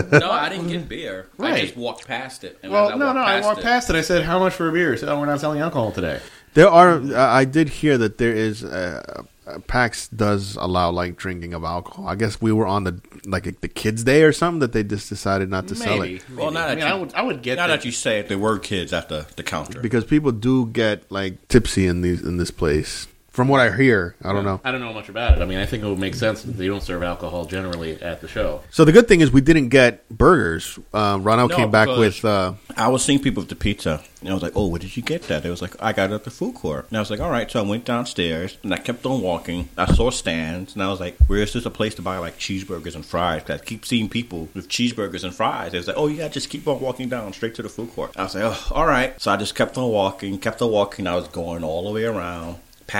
been.
No, I didn't get beer. I
Right.
just walked past it. And as
well, no, no. I walked
it-
past it. I said, "How much for a beer?" He said, "Oh, we're not selling alcohol today."
*laughs* There are. I I did hear that there is. Uh, uh, PAX does allow like drinking of alcohol. I guess we were on the like the kids' day or something that they just decided not to sell
Maybe.
it
Well, now
I
that
mean, I
you-
would, I would get
Now
that.
that you say it, there were kids at the, the counter.
because people do get like tipsy in these in this place. From what I hear, I don't know.
I don't know much about it. I mean, I think it would make sense that they don't serve alcohol generally at the show.
So the good thing is we didn't get burgers. Uh, Ronald
No,
came back
because-
with.
*laughs*
Uh,
I was seeing people with the pizza, and I was like, "Oh, where did you get that?" They was like, "I got it at the food court." And I was like, "All right." So I went downstairs and I kept on walking. I saw stands, and I was like, "Where is this a place to buy like cheeseburgers and fries?" 'Cause I keep seeing people with cheeseburgers and fries. They was like, "Oh, you gotta just keep on walking down straight to the food court." I was like, "Oh, all right." So I just kept on walking, kept on walking. I was going all the way around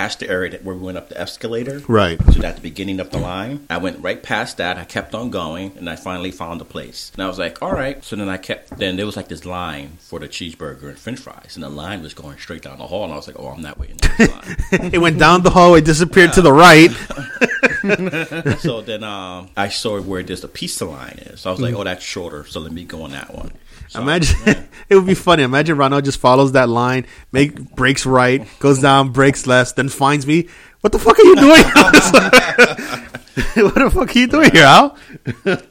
past the area that where we went up the escalator.
Right.
So at the beginning of the line, I went right past that. I kept on going, and I finally found a place. And I was like, "All right." So then I kept. Then there was like this line for the cheeseburger and French fries, and the line was going straight down the hall. And I was like, "Oh, I'm not waiting." in this line." *laughs*
it went down the hallway, disappeared to the right.
so then um, I saw where this the pizza line is. So I was like, "Oh, that's shorter." So let me go on that one. So
Imagine *laughs* it would be funny. Imagine Ronald just follows that line, make breaks right, goes down, breaks left, then finds me. What the fuck are you doing? *laughs* what the fuck are you doing here, Al?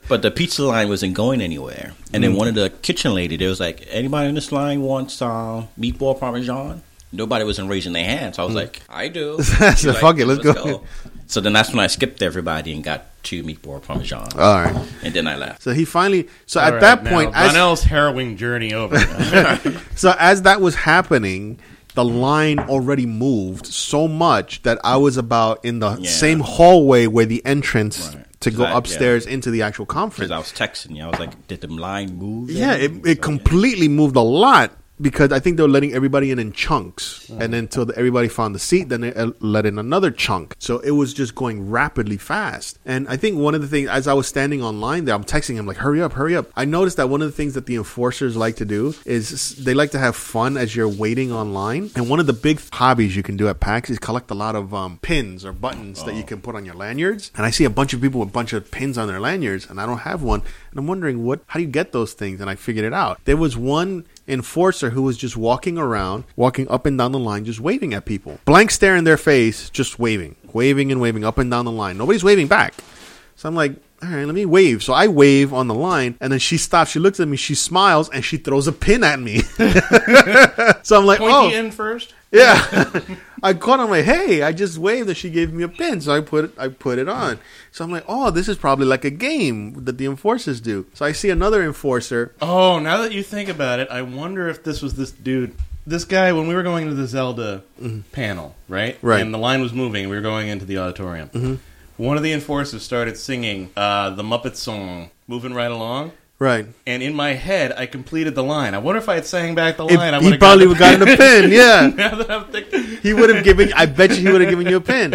But the pizza line wasn't going anywhere. And
Mm.
then one of the kitchen lady, they was like, anybody in this line wants um, meatball parmesan? Nobody wasn't raising their hands. I was like,
*laughs*
I do. She's
Mm. So fuck it, let's go.
So then that's when I skipped everybody and got two meatball parmesan.
All right.
and then I left.
So he finally. So at
All right,
that
now,
point, as,
Ronell's harrowing journey *laughs* over.
so as that was happening, the line already moved so much that I was about in the
Yeah.
same hallway where the entrance
Right.
to go
Right, yeah.
upstairs into the actual conference.
Because I was texting you. I was like, did the line move?
Yeah,
yet?
it,
So,
it completely moved a lot because I think they were letting everybody in in chunks, and then until everybody found the seat, then they uh, let in another chunk. So it was just going rapidly fast. And I think one of the things, as I was standing online there, I'm texting him like, "Hurry up, hurry up!" I noticed that one of the things that the enforcers like to do is s- they like to have fun as you're waiting online. And one of the big hobbies you can do at PAX is collect a lot of um, pins or buttons that you can put on your lanyards. And I see a bunch of people with a bunch of pins on their lanyards, and I don't have one. And I'm wondering what, how do you get those things? And I figured it out. There was one enforcer who was just walking around, walking up and down the line, just waving at people, blank stare in their face, just waving, waving and waving up and down the line. Nobody's waving back. So I'm like, all right, let me wave. So I wave on the line, and then she stops. She looks at me, she smiles, and she throws a pin at me. *laughs* so I'm like, oh,
Pointy in first.
yeah. *laughs* I caught on like, hey, I just waved and she gave me a pin, so I put it I put it on. So I'm like, oh, this is probably like a game that the enforcers do. So I see another enforcer.
Oh, now that you think about it, I wonder if this was this dude, this guy. When we were going into the Zelda panel, right?
Mm-hmm. Right. Mm-hmm.
And the line was moving, and we were going into the auditorium. One of the enforcers started singing uh, the Muppet song, "Moving Right Along."
Right.
And in my head, I completed the line. I wonder if I had sang back the
It-
line. I
he
would've
probably would
gotten
have gotten a pin, yeah.
*laughs* now that I'm thinking,
He would have given I bet you he would have given you a pin.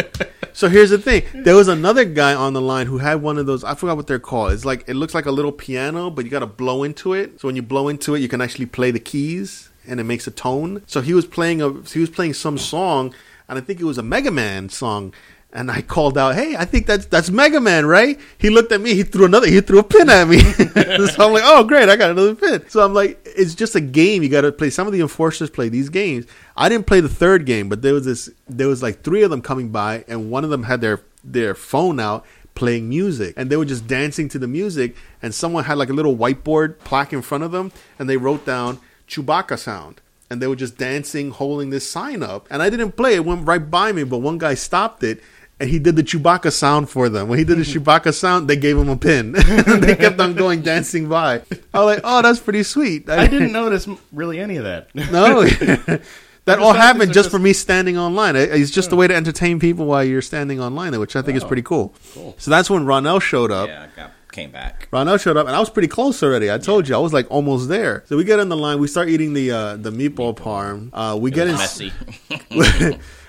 So here's the thing. There was another guy on the line who had one of those I forgot what they're called. It's like it looks like a little piano, but you gotta blow into it. So when you blow into it you can actually play the keys and it makes a tone. So he was playing a he was playing some song and I think it was a Mega Man song. And I called out, "Hey, I think that's that's Mega Man, right?" He looked at me. He threw another. He threw a pin at me. *laughs* so I'm like, "Oh, great! I got another pin." So I'm like, "It's just a game. You got to play." Some of the enforcers play these games. I didn't play the third game, but there was this. There was like three of them coming by, and one of them had their their phone out playing music and they were just dancing to the music and someone had like a little whiteboard plaque in front of them and they wrote down Chewbacca sound and they were just dancing holding this sign up and I didn't play it went right by me but one guy stopped it and he did the Chewbacca sound for them. When he did the Chewbacca sound, they gave him a pin. *laughs* they kept on going dancing by. I was like, "Oh, that's pretty sweet."
I *laughs* didn't notice m- really any
*laughs*
of that.
No. That all
thought these
happened
were
just
just-
for me standing online. It- It's just a way to entertain people while you're standing online, which I think is pretty cool. So that's when Ronell showed up.
Yeah, I got, came back.
Ronell showed up, and I was pretty close already. I told you, I was like almost there. So we get on the line. We start eating the uh, the meatball parm. Uh, we get in.
Messy.
*laughs*
*laughs*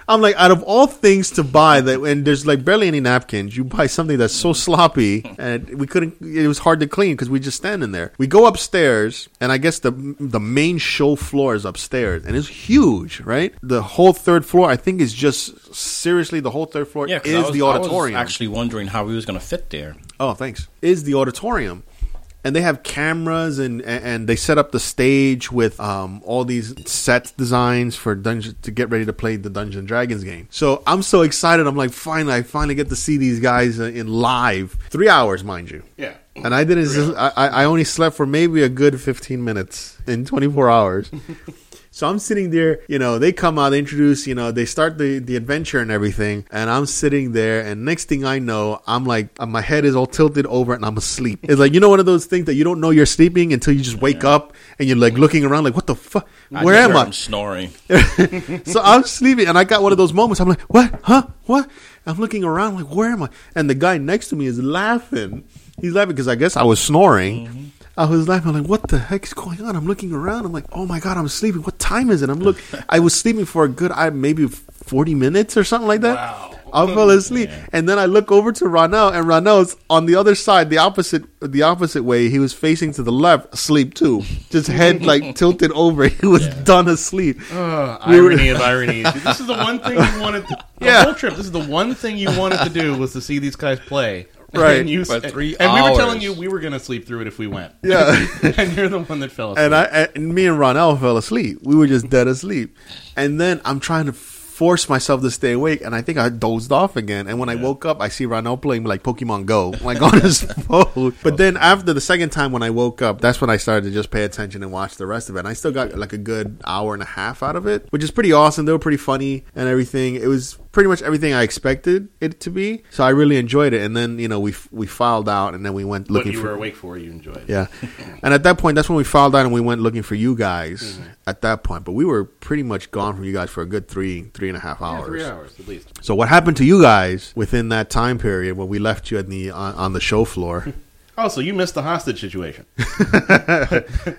I'm like, out of all things to buy, that and there's like barely any napkins. You buy something that's so sloppy, and we couldn't. It was hard to clean because we just standing there. We go upstairs, and I guess the the main show floor is upstairs, and it's huge, right? The whole third floor, I think, is just seriously the whole third floor
'cause
is
I was-
the auditorium.
I was actually wondering how we was going to fit there.
Oh, thanks. Is the auditorium. And they have cameras and, and and they set up the stage with um, all these set designs for dungeon to get ready to play the Dungeon and Dragons game. So I'm so excited. I'm like, finally, I finally get to see these guys uh, in live. Three hours, mind you.
Yeah.
And I didn't. I, I I only slept for maybe a good 15 minutes in 24 hours. So I'm sitting there, you know, they come out, they introduce, you know, they start the, the adventure and everything. And I'm sitting there, and next thing I know, I'm like, uh, my head is all tilted over and I'm asleep. It's like, you know, one of those things that you don't know you're sleeping until you just wake up and you're like looking around, like, what the fuck? Where
just
am
heard
I?
him Snoring.
so I'm sleeping, and I got one of those moments. I'm like, what? Huh? What? I'm looking around, like, where am I? And the guy next to me is laughing. He's laughing because I guess I was snoring.
Mm-hmm.
I was laughing, like, what the heck is going on? I'm looking around. I'm like, oh my god, I'm sleeping. What time is it? I'm
*laughs*
look. I was sleeping for a good, I maybe 40 minutes or something like that.
Wow.
I fell asleep, and then I look over to Ronell, and Ronell's on the other side, the opposite, the opposite way. He was facing to the left, asleep too, just head
*laughs*
like tilted over. He was done asleep.
Uh,
We were-
irony of ironies.
*laughs*
This is the one thing you wanted. To, the
Yeah.
whole trip. This is the one thing you wanted to do was to see these guys play.
Right.
And, you,
For
said-
three
and we were
hours.
telling you we were going to sleep through it if we went.
*laughs* Yeah.
*laughs* and you're the one that fell asleep.
and I and me and Ronell fell asleep. We were just dead asleep. And then I'm trying to force myself to stay awake, and I think I dozed off again. And when I woke up, I see Ronell playing like Pokemon Go, like on his
*laughs*
phone. But then after the second time when I woke up, that's when I started to just pay attention and watch the rest of it. And I still got like a good hour and a half out of it, which is pretty awesome. They were pretty funny and everything. It was pretty much everything I expected it to be. So I really enjoyed it. And then you know we f- we filed out, and then we went
what
looking
you
for
were awake for, you enjoyed.
yeah. And at that point, that's when we filed out and we went looking for you guys
Mm-hmm.
at that point. But we were pretty much gone from you guys for a good three, three and a half
Yeah,
hours.
three hours at least.
So what happened to you guys within that time period when we left you at the on, on the show floor?
*laughs* Also, you missed the
*laughs*
hostage situation.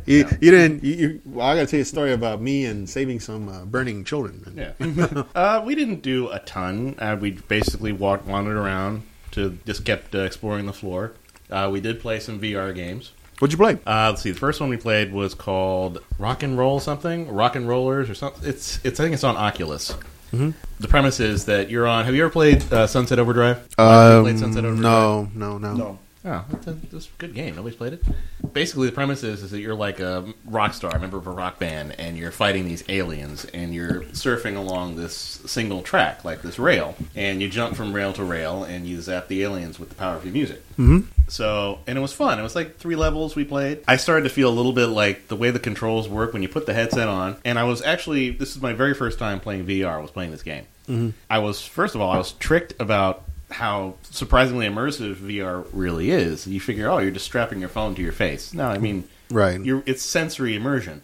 You, you didn't. You, you, well, I got to tell you a story about me and saving some uh, burning children.
Yeah. uh, we didn't do a ton. Uh, we basically walked, wandered around to just kept uh, exploring the floor. Uh, we did play some VR games.
What'd you play?
Uh, let's see. The first one we played was called Rock and Roll something, Rock and Rollers or something. It's it's I think it's on Oculus. The premise is that you're on. Have you ever played uh, Sunset Overdrive? Have you played Sunset Overdrive?
no, no, no,
No.
Oh, that's a, that's a good game. Nobody's played it. Basically, the premise is, is that you're like a rock star, a member of a rock band, and you're fighting these aliens, and you're surfing along this single track, like this rail, and you jump from rail to rail, and you zap the aliens with the power of your music. Mm-hmm. So, and it was fun. It was like three levels we played. I started to feel a little bit like the way the controls work when you put the headset on, and I was actually this is my very first time playing VR. Was playing this game. I was first of all I was tricked about how surprisingly immersive VR really is. You figure, oh, you're just strapping your phone to your face. No, I mean,
Right.
You're, it's sensory immersion.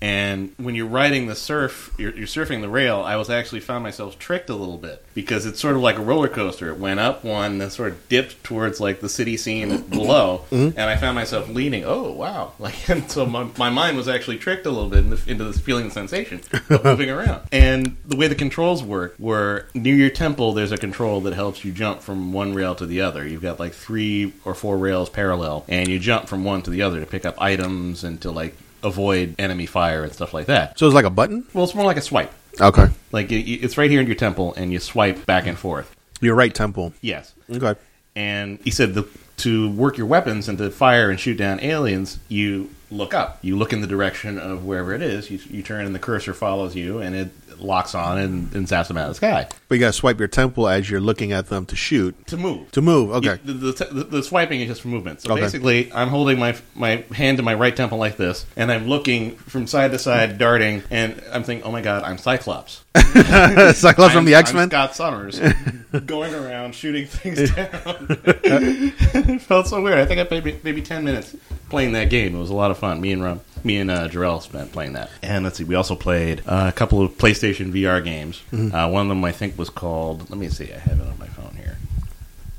And when you're riding the surf, you're, you're surfing the rail. I was actually found myself tricked a little bit because it's sort of like a roller coaster. It went up one, then sort of dipped towards like the city scene below, and I found myself leaning. Oh wow! *laughs* Like and so, my, my mind was actually tricked a little bit in the, into this feeling and sensation of moving around. And the way the controls work, where near your temple, there's a control that helps you jump from one rail to the other. You've got like three or four rails parallel, and you jump from one to the other to pick up items and to like avoid enemy fire and stuff like that.
So it's like a button.
Well, it's more like a swipe.
Okay.
Like it, it's right here in your temple, and you swipe back and forth.
Your right temple.
Yes,
Okay.
and he said the, to work your weapons and to fire and shoot down aliens, you look up. You look in the direction of wherever it is. You, you turn, and the cursor follows you, and it locks on and, and zaps them out of the sky
But you gotta swipe your temple as you're looking at them to shoot
to move.
to move.
*laughs*
Okay. *laughs*
You- the, the, the, the swiping is just for movement. So
Okay.
basically, I'm holding my my hand to my right temple like this, and I'm looking from side to side, darting, and I'm thinking, "Oh my god, I'm Cyclops."
Cyclops from
I'm-
the X Men.
I'm Scott Summers *laughs* going around shooting things down. *laughs* it felt so weird. I think I played may- maybe ten minutes playing that game. It was a lot of fun. Me and Rum, me and uh, Jarrell spent playing that. And let's see, we also played uh, a couple of PlayStation VR games. Uh, one of them I think was called. Let me see. I have it on my phone here.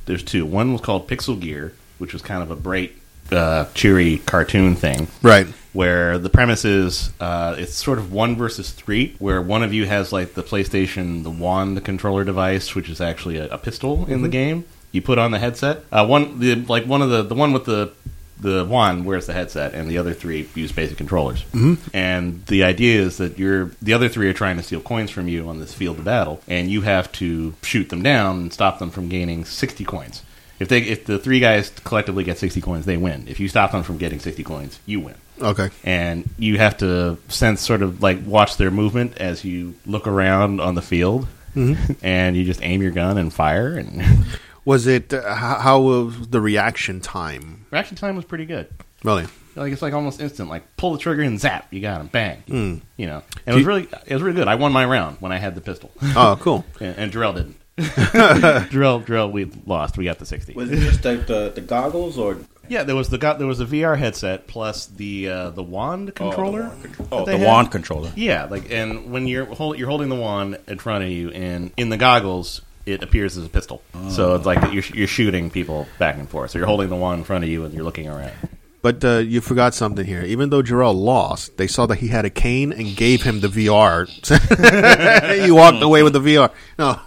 There's two. One was called Pixel Gear, which was kind of a bright, uh, cheery cartoon thing
Right.
where the premise is uh, it's sort of one versus three, where one of you has like the PlayStation, the wand controller device, which is actually a, a pistol in the game. You put on the headset. Uh, one the like one of the the one with the the wand wears the headset, and the other three use basic controllers. Mm-hmm. And the idea is that you're the other three are trying to steal coins from you on this field of battle, and you have to shoot them down and stop them from gaining sixty coins. If they if the three guys collectively get sixty coins, they win. If you stop them from getting sixty coins, you win
Okay.
and you have to sense sort of like watch their movement as you look around on the field and you just aim your gun and fire and *laughs*
Was it uh, how, how was the reaction time?
reaction time was pretty good
Really?
like it's like almost instant like pull the trigger and zap you got him bang you know and it was really it was really good i won my round when i had the pistol
Oh, *laughs* cool.
and, and Jarrell didn't Jarrell, Jarrell, we lost. We got the sixty.
Was it just like the, the goggles or
Yeah, there was the got there was a VR headset plus the uh, the wand controller.
oh,
that they
the
had.
wand controller?
Yeah, like and when you're hold, you're holding the wand in front of you, and in the goggles it appears as a pistol. So it's like you're you're shooting people back and forth. So you're holding the wand in front of you and you're looking around.
But uh, you forgot something here. Even though Jarrell lost, they saw that he had a cane and gave him the *laughs* VR. you
Hmm.
walked away with the VR. No.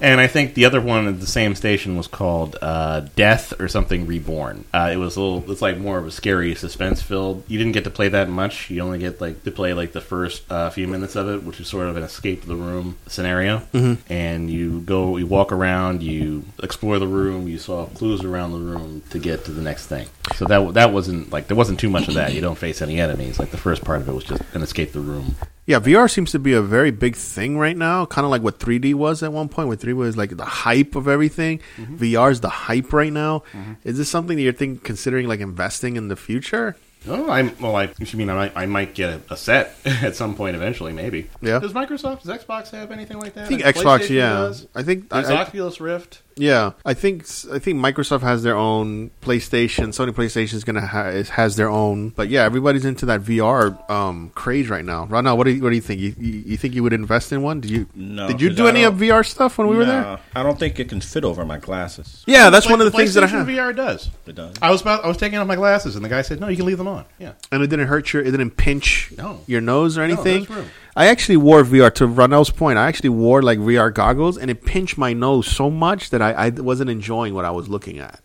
And I think the other one at the same station was called uh, Death or something Reborn. Uh, it was a little, it's like more of a scary suspense filled. You didn't get to play that much. You only get like to play like the first uh, few minutes of it, which is sort of an escape the room scenario. And you go, you walk around, you explore the room, you solve clues around the room to get to the next thing. So that that wasn't like there wasn't too much of that. You don't face any enemies. Like the first part of it was just an escape the room.
Yeah, VR seems to be a very big thing right now, kind of like what 3D was at one point, where 3D was like the hype of everything.
Mm-hmm.
VR is the hype right now. Is this something that you're think, considering like investing in the future?
Oh, I'm well. I you mean I might, I might get a, a set *laughs* at some point eventually, maybe.
Yeah.
Does Microsoft, does Xbox have anything like that?
I think
Does
Xbox,
PlayStation
yeah.
does?
I think I-
Does
I-
Oculus Rift?
Yeah, I think I think Microsoft has their own PlayStation. Sony PlayStation is gonna ha- is- has their own, but yeah, everybody's into that VR um, craze right now. Right now, what do you, what do you think? You, you, you think you would invest in one? Did you
No,
did you
'cause
do
I
any of
don't-
VR stuff when we were there?
I don't think it can fit over my glasses.
Yeah, that's
Play-
one of the things that I
PlayStation
have,
VR does.
It does.
I was about, I was taking off my glasses, and the guy said, "No, you can leave them on." Yeah.
and it didn't hurt your it didn't pinch
No.
your nose or
there's
anything.
room.
I actually wore VR to Ronell's point. I actually wore like VR goggles, and it pinched my nose so much that I, I wasn't enjoying what I was looking at.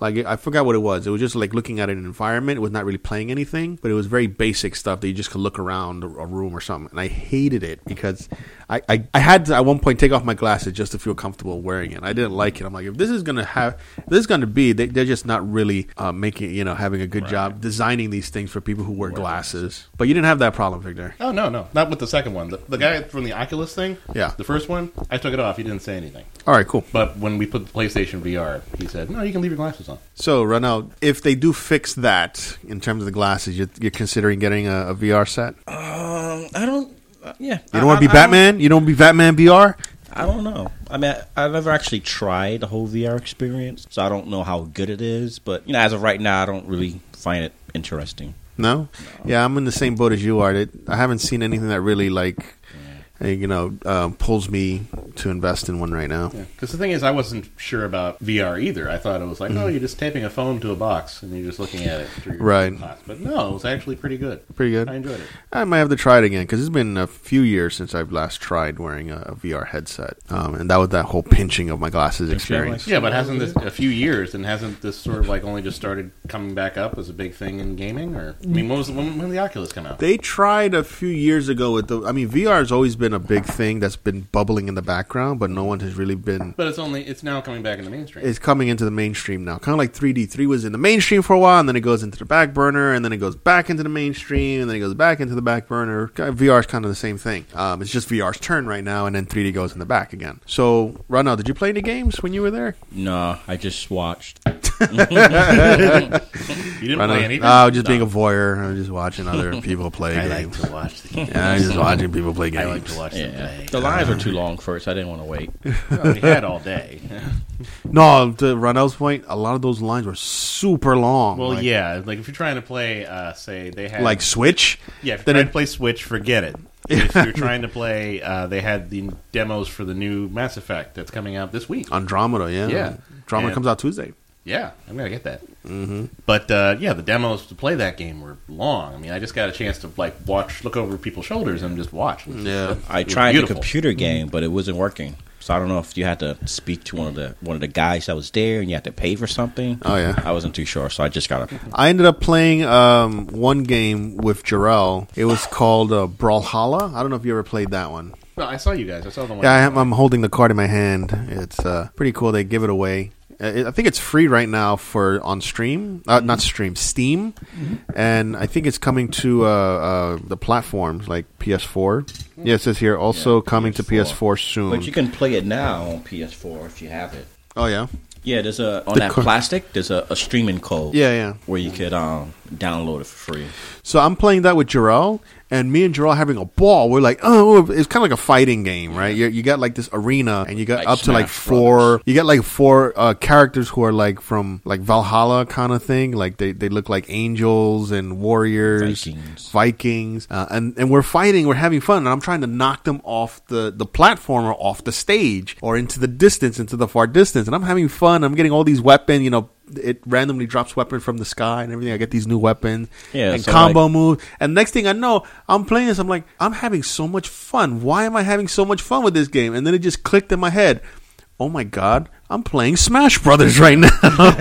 Like I forgot what it was. It was just like looking at an environment. It was not really playing anything, but it was very basic stuff that you just could look around a a room or something. And I hated it because I, I, I had to at one point take off my glasses just to feel comfortable wearing it. I didn't like it. I'm like, if this is gonna have, if this is gonna be, they, they're just not really uh, making, you know, having a good job designing these things for people who wear glasses. But you didn't have that problem, Victor.
Oh no, no, not with the second one. The, the guy from the Oculus thing.
Yeah.
The first one, I took it off. He didn't say anything.
All right, cool.
But when we put the PlayStation VR, he said, "No, you can leave your glasses on."
So, Ronald, if they do fix that in terms of the glasses, you're, you're considering getting a, a VR set? You
Um, I don't. uh, yeah,
don't want to be Batman? You don't be Batman VR?
I don't know. I mean, I, I've never actually tried the whole VR experience, so I don't know how good it is. But you know, as of right now, I don't really find it interesting.
No? Yeah, I'm in the same boat as you are. That- I haven't seen anything that really, like, and, you know, um, pulls me to invest in one right now.
Because the thing is, I wasn't sure about VR either. I thought it was like,
Mm-hmm.
oh, you're just taping a phone to a box and you're just looking at it. Through your
Right.
glass. But no, it was actually pretty good.
Pretty good.
I enjoyed it.
I might have to try it again because it's been a few years since I've last tried wearing a, a VR headset, um, and that was that whole pinching of my glasses experience.
Yeah, but hasn't this a few years and hasn't this sort of like only just started coming back up as a big thing in gaming? Or I mean, when was when, when did the Oculus come out?
They tried a few years ago with the. I mean, VR has always been a big thing that's been bubbling in the background, but no one has really been.
But it's only it's now coming back in the mainstream.
It's coming into the mainstream now, kind of like 3D. 3 was in the mainstream for a while, and then it goes into the back burner, and then it goes back into the mainstream, and then it goes back into the back burner. VR is kind of the same thing. Um, it's just VR's turn right now, and then 3D goes in the back again. So, Ronald, did you play any games when you were there?
Nah, I just watched.
you didn't
I
play
know.
anything.
No, I was Uh, Oh, just being a voyeur. I was just watching other people play
I like
games.
to
*laughs*
watch the games.
yeah, I was just watching people play
I
games.
like to watch them
Yeah.
play.
*laughs*
The lines *laughs* were too long first. I didn't want to wait.
Well, we had all
*laughs*
day.
No, to Ronald's point, a lot of those lines were super long.
well,
like,
yeah, like if you're trying to play, uh, say they had
Like Switch?
yeah, if you're
then
trying
it-
to play Switch,
*laughs*
forget it. If you're trying to play, uh, they had the demos for the new Mass Effect that's coming out this week.
Andromeda, yeah.
Yeah.
Andromeda
And-
comes out Tuesday.
Yeah, I'm gonna get that. Mm-hmm. But uh, yeah, the demos to play that game were long. I mean, I just got a chance to like watch, look over people's shoulders, and just watch.
Yeah.
I
It was
tried the
beautiful.
computer game, but it wasn't working. So I don't know if you had to speak to one of the one of the guys that was there, and you had to pay for something.
Oh, yeah.
I wasn't too sure, so I just got a.
I ended up playing um, one game with Jarrell. It was called uh, Brawlhalla. I don't know if you ever played that one.
No, I saw you guys. I saw the one.
Yeah, I am, I'm holding the card in my hand. It's uh, pretty cool. They give it away. Uh, it- I think it's free right now for on stream, uh, not stream, Steam,
Mm-hmm.
and I think it's coming to uh, uh, the platforms like PS4. Yeah, it says here also
Mm-hmm. Yeah,
coming to
PS4.
PS4 soon.
But you can play it now on PS4 if you have it.
oh yeah,
Yeah, there's a on
The
that
co-
plastic. There's a, a streaming code.
yeah, yeah.
where you could um, download it for free.
So I'm playing that with Jarrell, and me and Jarrell having a ball. We're like, oh, it's kind of like a fighting game, right? You you got like this arena, and you got
Like
up to like
Smash
four.
Brothers.
You got like four uh, characters who are like from like Valhalla kind of thing. Like they, they look like angels and warriors,
Vikings.
Vikings, uh, and and we're fighting. We're having fun, and I'm trying to knock them off the the platform or off the stage or into the distance, into the far distance. And I'm having fun. I'm getting all these weapons, you know. It randomly drops weapons from the sky and everything. I get these new weapons
Yeah,
and
so,
combo move. And next thing I know, I'm playing this. I'm like, I'm having so much fun. Why am I having so much fun with this game? And then it just clicked in my head. Oh my god, I'm playing Smash Brothers right *laughs*
*laughs*
now.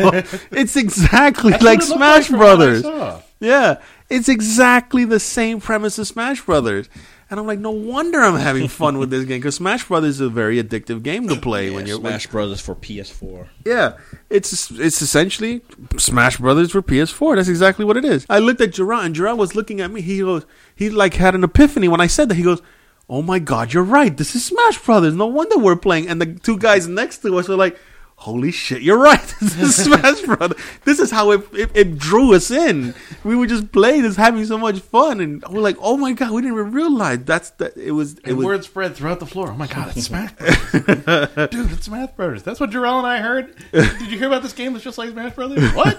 it's exactly like
it looked like
Smash
from what I
Brothers.
saw.
Yeah, it's exactly the same premise as Smash Brothers. And I'm like, no wonder I'm having fun with this *laughs* game because Smash Brothers is a very addictive game to play when
Yeah,
you're
Smash Brothers for PS4.
yeah, it's it's essentially Smash Brothers for PS4. That's exactly what it is. I looked at Gerard, and Gerard was looking at me. He goes, he like had an epiphany when I said that. He goes, "Oh my God, you're right. This is Smash Brothers. No wonder we're playing." And the two guys next to us were like, "Holy shit, you're right. *laughs* This is Smash Brothers. This is how it, it it drew us in. We were just playing this, having so much fun, and we're like, oh my God, we didn't even realize that's that it was it
And
was
word spread throughout the floor. Oh my
*laughs*
god, it's Smash Brothers, dude! It's Smash Brothers. That's what Jarrell and I heard. Did you hear about this game that's just like Smash Brothers?
*laughs*
What?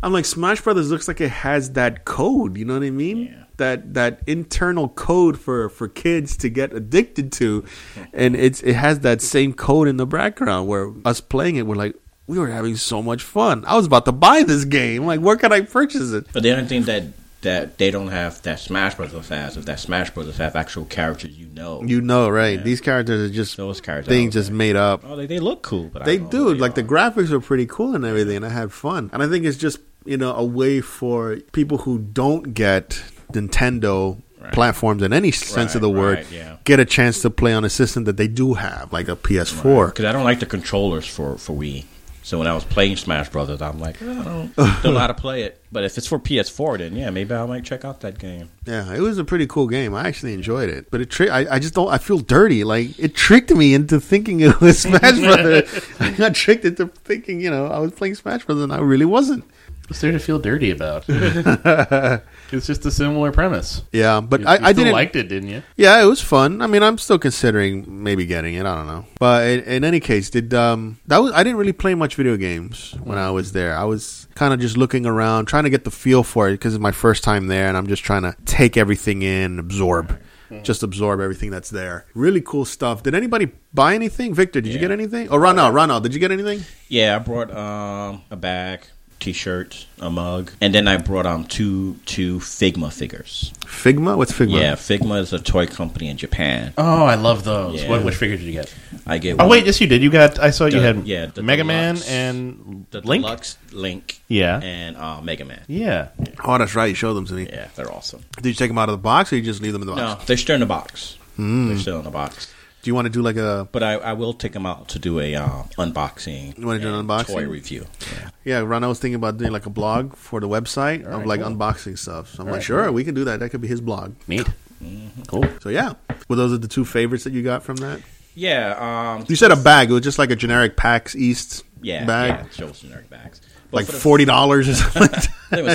I'm like Smash Brothers looks like it has that code, you know what I mean? That that internal code for for kids to get addicted to, and it's it has that same code in the background where us playing it, we're like, we were having so much fun. I was about to buy this game. Like, where can I purchase it?
But the only thing that that they don't have that Smash Brothers has is that Smash Brothers have actual characters you know.
You know, right? These characters are just
Those characters.
things just made up.
Oh, they, they look cool, but I
they
don't know
do
what
like the
are.
graphics are pretty cool and everything and i had fun and i think it's just you know a way for people who don't get nintendo
Right.
platforms in any sense of
Right,
the word
right, yeah.
get a chance to play on a system that they do have like a ps4
because I don't like the controllers for for Wii. So when I was playing Smash Brothers, I'm like, "Oh, I don't,
*laughs*
don't know how to play it. But if it's for PS4, then yeah, maybe I might check out that game.
yeah it was a pretty cool game i actually enjoyed it but it tri- I, I just don't i feel dirty like it tricked me into thinking it
*laughs*
was smash brothers *laughs* i got tricked into thinking you know i was playing smash brothers and i really wasn't
What's there to feel dirty *laughs* about? it's just a similar premise.
yeah but
You,
I,
you
I
still
didn't
liked it, didn't you?
Yeah, it was fun. I mean, I'm still considering maybe getting it. I don't know. But in, in any case, did um that was I didn't really play much video games when I was there. I was kind of just looking around, trying to get the feel for it because it's my first time there, and I'm just trying to take everything in, absorb.
Mm-hmm.
just absorb everything that's there. Really cool stuff. Did anybody buy anything? Victor, did you get anything? Oh, Ronald, Ronald, did you get anything?
Yeah, I brought um, a bag, t-shirt, a mug, and then I brought um two two Figma figures.
Figma? What's Figma?
Yeah, Figma is a toy company in Japan.
Oh, I love those.
Yeah.
What which figure did you get?
I get.
Oh
one-
wait, yes, you did. You got. I saw you
The-
had
yeah, the
Mega Man
deluxe-
and
the
Link.
Deluxe Link.
Yeah.
and uh, Mega Man.
Yeah.
Oh, that's right. You showed them to me.
Yeah, they're awesome.
Did you take them out of the box or you just leave them in the box? Hmm.
No, they're still in the box. They're still in the box.
Do you want to do like a.
But I, I will take them out to do a uh, unboxing.
You wanna do an
and
unboxing?
Toy review.
Yeah, Ron, I was thinking about doing like a blog for the website of like unboxing stuff. So I'm like, sure, we can do that. That could be his blog.
Neat. Mm-hmm.
So yeah. Well, those are the two favorites that you got from that.
Yeah, um,
You said a bag. It was just like a generic PAX East
yeah,
bag,
yeah. Show us generic bags. But
like
for the-
forty dollars or *laughs* something.
They were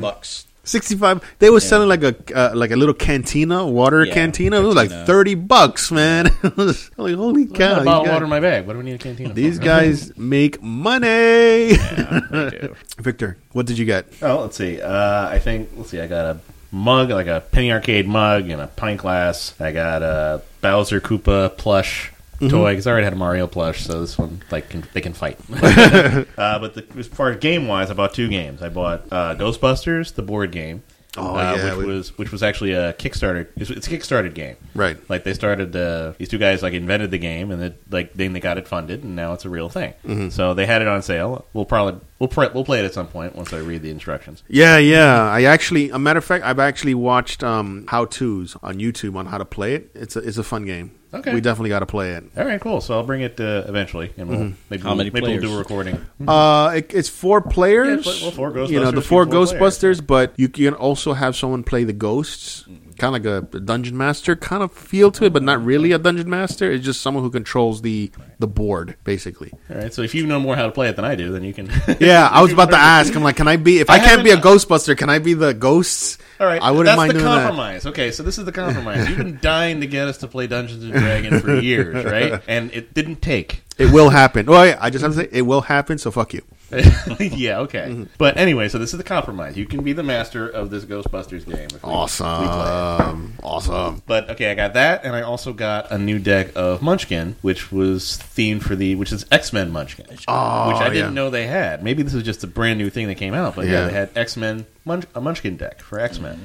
*laughs*
bucks.
Sixty-five. They were selling like a uh, like a little cantina, water
Yeah,
cantina. It was like
cantina.
thirty bucks, man. *laughs* It was like holy cow!
I
you
bought
guys-
water in my bag. What do we need a canteen? for?
*laughs*
these guys make money.
They do.
*laughs* Victor, what did you get?
Oh, let's see. Uh, I think let's see. I got a mug, like a penny arcade mug, and a pint glass. I got a Bowser Koopa plush
Mm-hmm.
toy because I already had a Mario plush, so this one like can, they
*laughs*
can fight. *laughs* uh, but the, as far as game wise, I bought two games. I bought uh, Ghostbusters, the board game.
Oh,
uh,
yeah,
which
we-
was which was actually a Kickstarter. It's, it's a Kickstarter game,
Right.
Like they started the these two guys like invented the game, and it, like then they got it funded, and now it's a real thing.
Mm-hmm.
So they had it on sale. We'll probably we'll pr- we'll play it at some point once I read the instructions.
Yeah, yeah. I actually, a matter of fact, I've actually watched um, how tos on YouTube on how to play it. It's a it's a fun game.
Okay.
we definitely got to play it.
All right, cool. So I'll bring it uh, eventually, and
Mm-hmm.
we'll, maybe,
How
we'll,
many
maybe we'll do
players?
a recording.
Uh, it, it's four players.
Hmm. Yeah, well, four
You know,
Ghostbusters
the four
can four
Ghostbusters, but you can also have someone play the ghosts, kind of like a dungeon master kind of feel to it, but not really a dungeon master. It's just someone who controls the the board,
*laughs*
basically.
All right. So if you know more how to play it than I do, then you can. *laughs*
Yeah, I was about to ask. I'm like, can I be? If I, can't be a
haven't-
Ghostbuster, can I be the ghosts?
All right.
I wouldn't
that's
mind
the
doing that.
compromise. Okay, so this is the compromise. You've been dying to get us to play Dungeons and Dragons for
*laughs*
years, right? And it didn't take.
It will happen. Well, yeah, I just have to say, it will happen. So fuck you. Mm-hmm.
*laughs* yeah. Okay. But anyway, so this is the compromise. You can be the master of this Ghostbusters game. If we- We play it.
Awesome. Awesome.
But okay, I got that, and I also got a new deck of Munchkin, which was themed for the which is X Men Munchkin,
Oh,
which I didn't
yeah.
know they had. Maybe this is just a brand new thing that came out, but yeah,
Yeah.
they had X Men Munch- a Munchkin deck for X Men,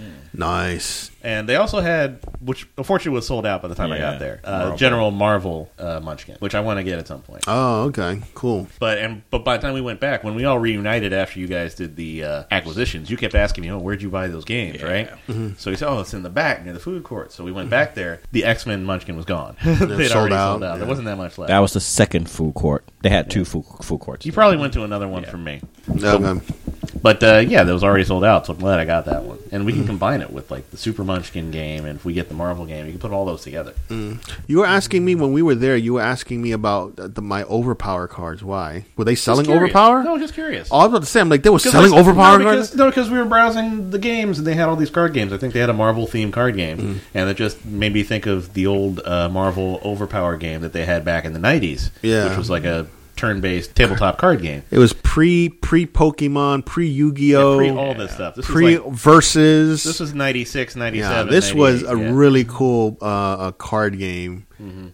Nice.
and they also had which unfortunately was sold out by the time I
Yeah,
got there. Uh,
Marvel.
General Marvel uh, Munchkin, which I want to get at some point.
Oh, okay. Cool.
But and but by the time we went back, when we all reunited after you guys did the uh, acquisitions, you kept asking me, "Oh, where'd you buy those games?" Right? So he said, "Oh, it's in the back near the food court." So we went back there. The X Men Munchkin was *laughs* gone. They'd already
sold
sold
out,
out.
yeah.
There wasn't that much left.
That was the second food court. They had two food, food courts.
you probably went to another one from me,
Okay.
but uh, yeah, that was already sold out. So I'm glad I got that one, and we can combine it with like the Super Munchkin game, and if we get the Marvel game, you can put all those together.
You were asking me when we were there. You were asking me about the, my overpower cards. Why were they selling
Just curious.
overpower?
No, just curious.
Oh, I was about to say, I'm like they were
'Cause
selling
I-
overpower
no,
cards.
because, no, because we were browsing the games and they had all these card games. I think they had a Marvel themed card game,
Mm-hmm.
and it just made me think of the old uh, Marvel overpower game that they had back in the nineties.
Yeah.
which was like a turn based tabletop card game.
It was pre pre Pokemon, pre Yu Gi
pre
Oh,
all this stuff. This
pre
was like,
versus.
this was 96, 97,
yeah, this was
98,
a
yeah. Mm-hmm.
really cool uh, uh, card game,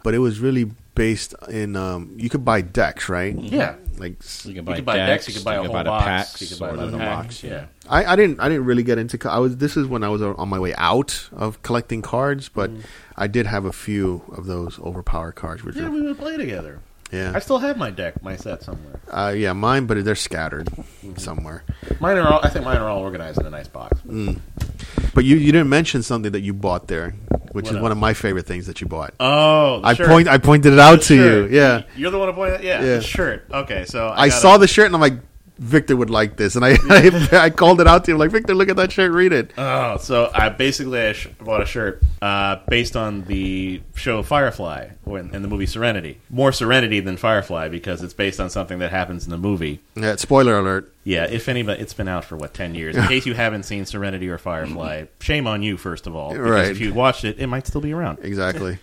but it was really based in. Um, you could buy decks, right?
Mm-hmm. yeah.
Like s-
You can
You
buy,
could buy decks, you could buy a whole
the
box,
packs,
you could buy
or
a
the
pack,
box, yeah.
I, I didn't I didn't really get into co- I was this is when I was uh, on my way out of collecting cards, but
Mm-hmm.
I did have a few of those overpower cards, which
Yeah,
are
we would play together. I
yeah,
still have my deck, my set somewhere.
uh, yeah, mine, but they're scattered
Mm-hmm.
somewhere.
Mine are all. I think mine are all organized in a nice box.
Mm. But you you didn't mention something that you bought there, which is
What
one of my favorite things that you bought.
Oh, the
I
shirt.
point I pointed it out to
Shirt.
you. Yeah,
You're the one who pointed. Yeah,
Yeah.
the shirt. Okay, so I,
I,
got
saw
a-
the shirt and I'm like. Victor would like this, and I, *laughs* I called it out to him like Victor, look at that shirt, read it.
Oh, so I basically I sh- bought a shirt uh, based on the show Firefly or in, in the movie Serenity. More Serenity than Firefly because it's based on something that happens in the movie.
Yeah, spoiler alert.
Yeah, if anybody, it's been out for what ten years. In case you haven't seen Serenity or Firefly, shame on you first of all. Because
Right.
If you watched it, it might still be around.
Exactly.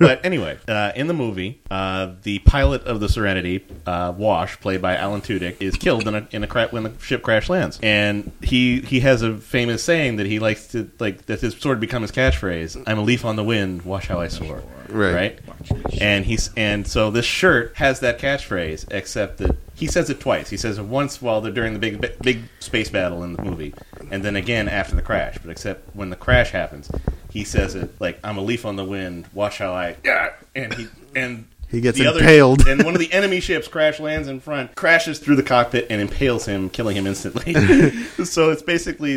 but anyway, uh, in the movie, uh, the pilot of the Serenity, uh, Wash, played by Alan Tudyk, is killed in a, in a cra- when the ship crash lands, and he he has a famous saying that he likes to like that has sort of become his catchphrase: "I'm a leaf on the wind, watch how I soar."
Right.
right? And he's and so this shirt has that catchphrase, except that he says it twice. He says it once while they're during the big big space battle in the movie, and then again after the crash. But except when the crash happens, he says it like "I'm a leaf on the wind. Watch how I." Yeah, and he and.
He gets
the other-
impaled.
and one of the enemy ships crash lands in front, crashes through the cockpit, and impales him, killing
*laughs*
him instantly. so it's basically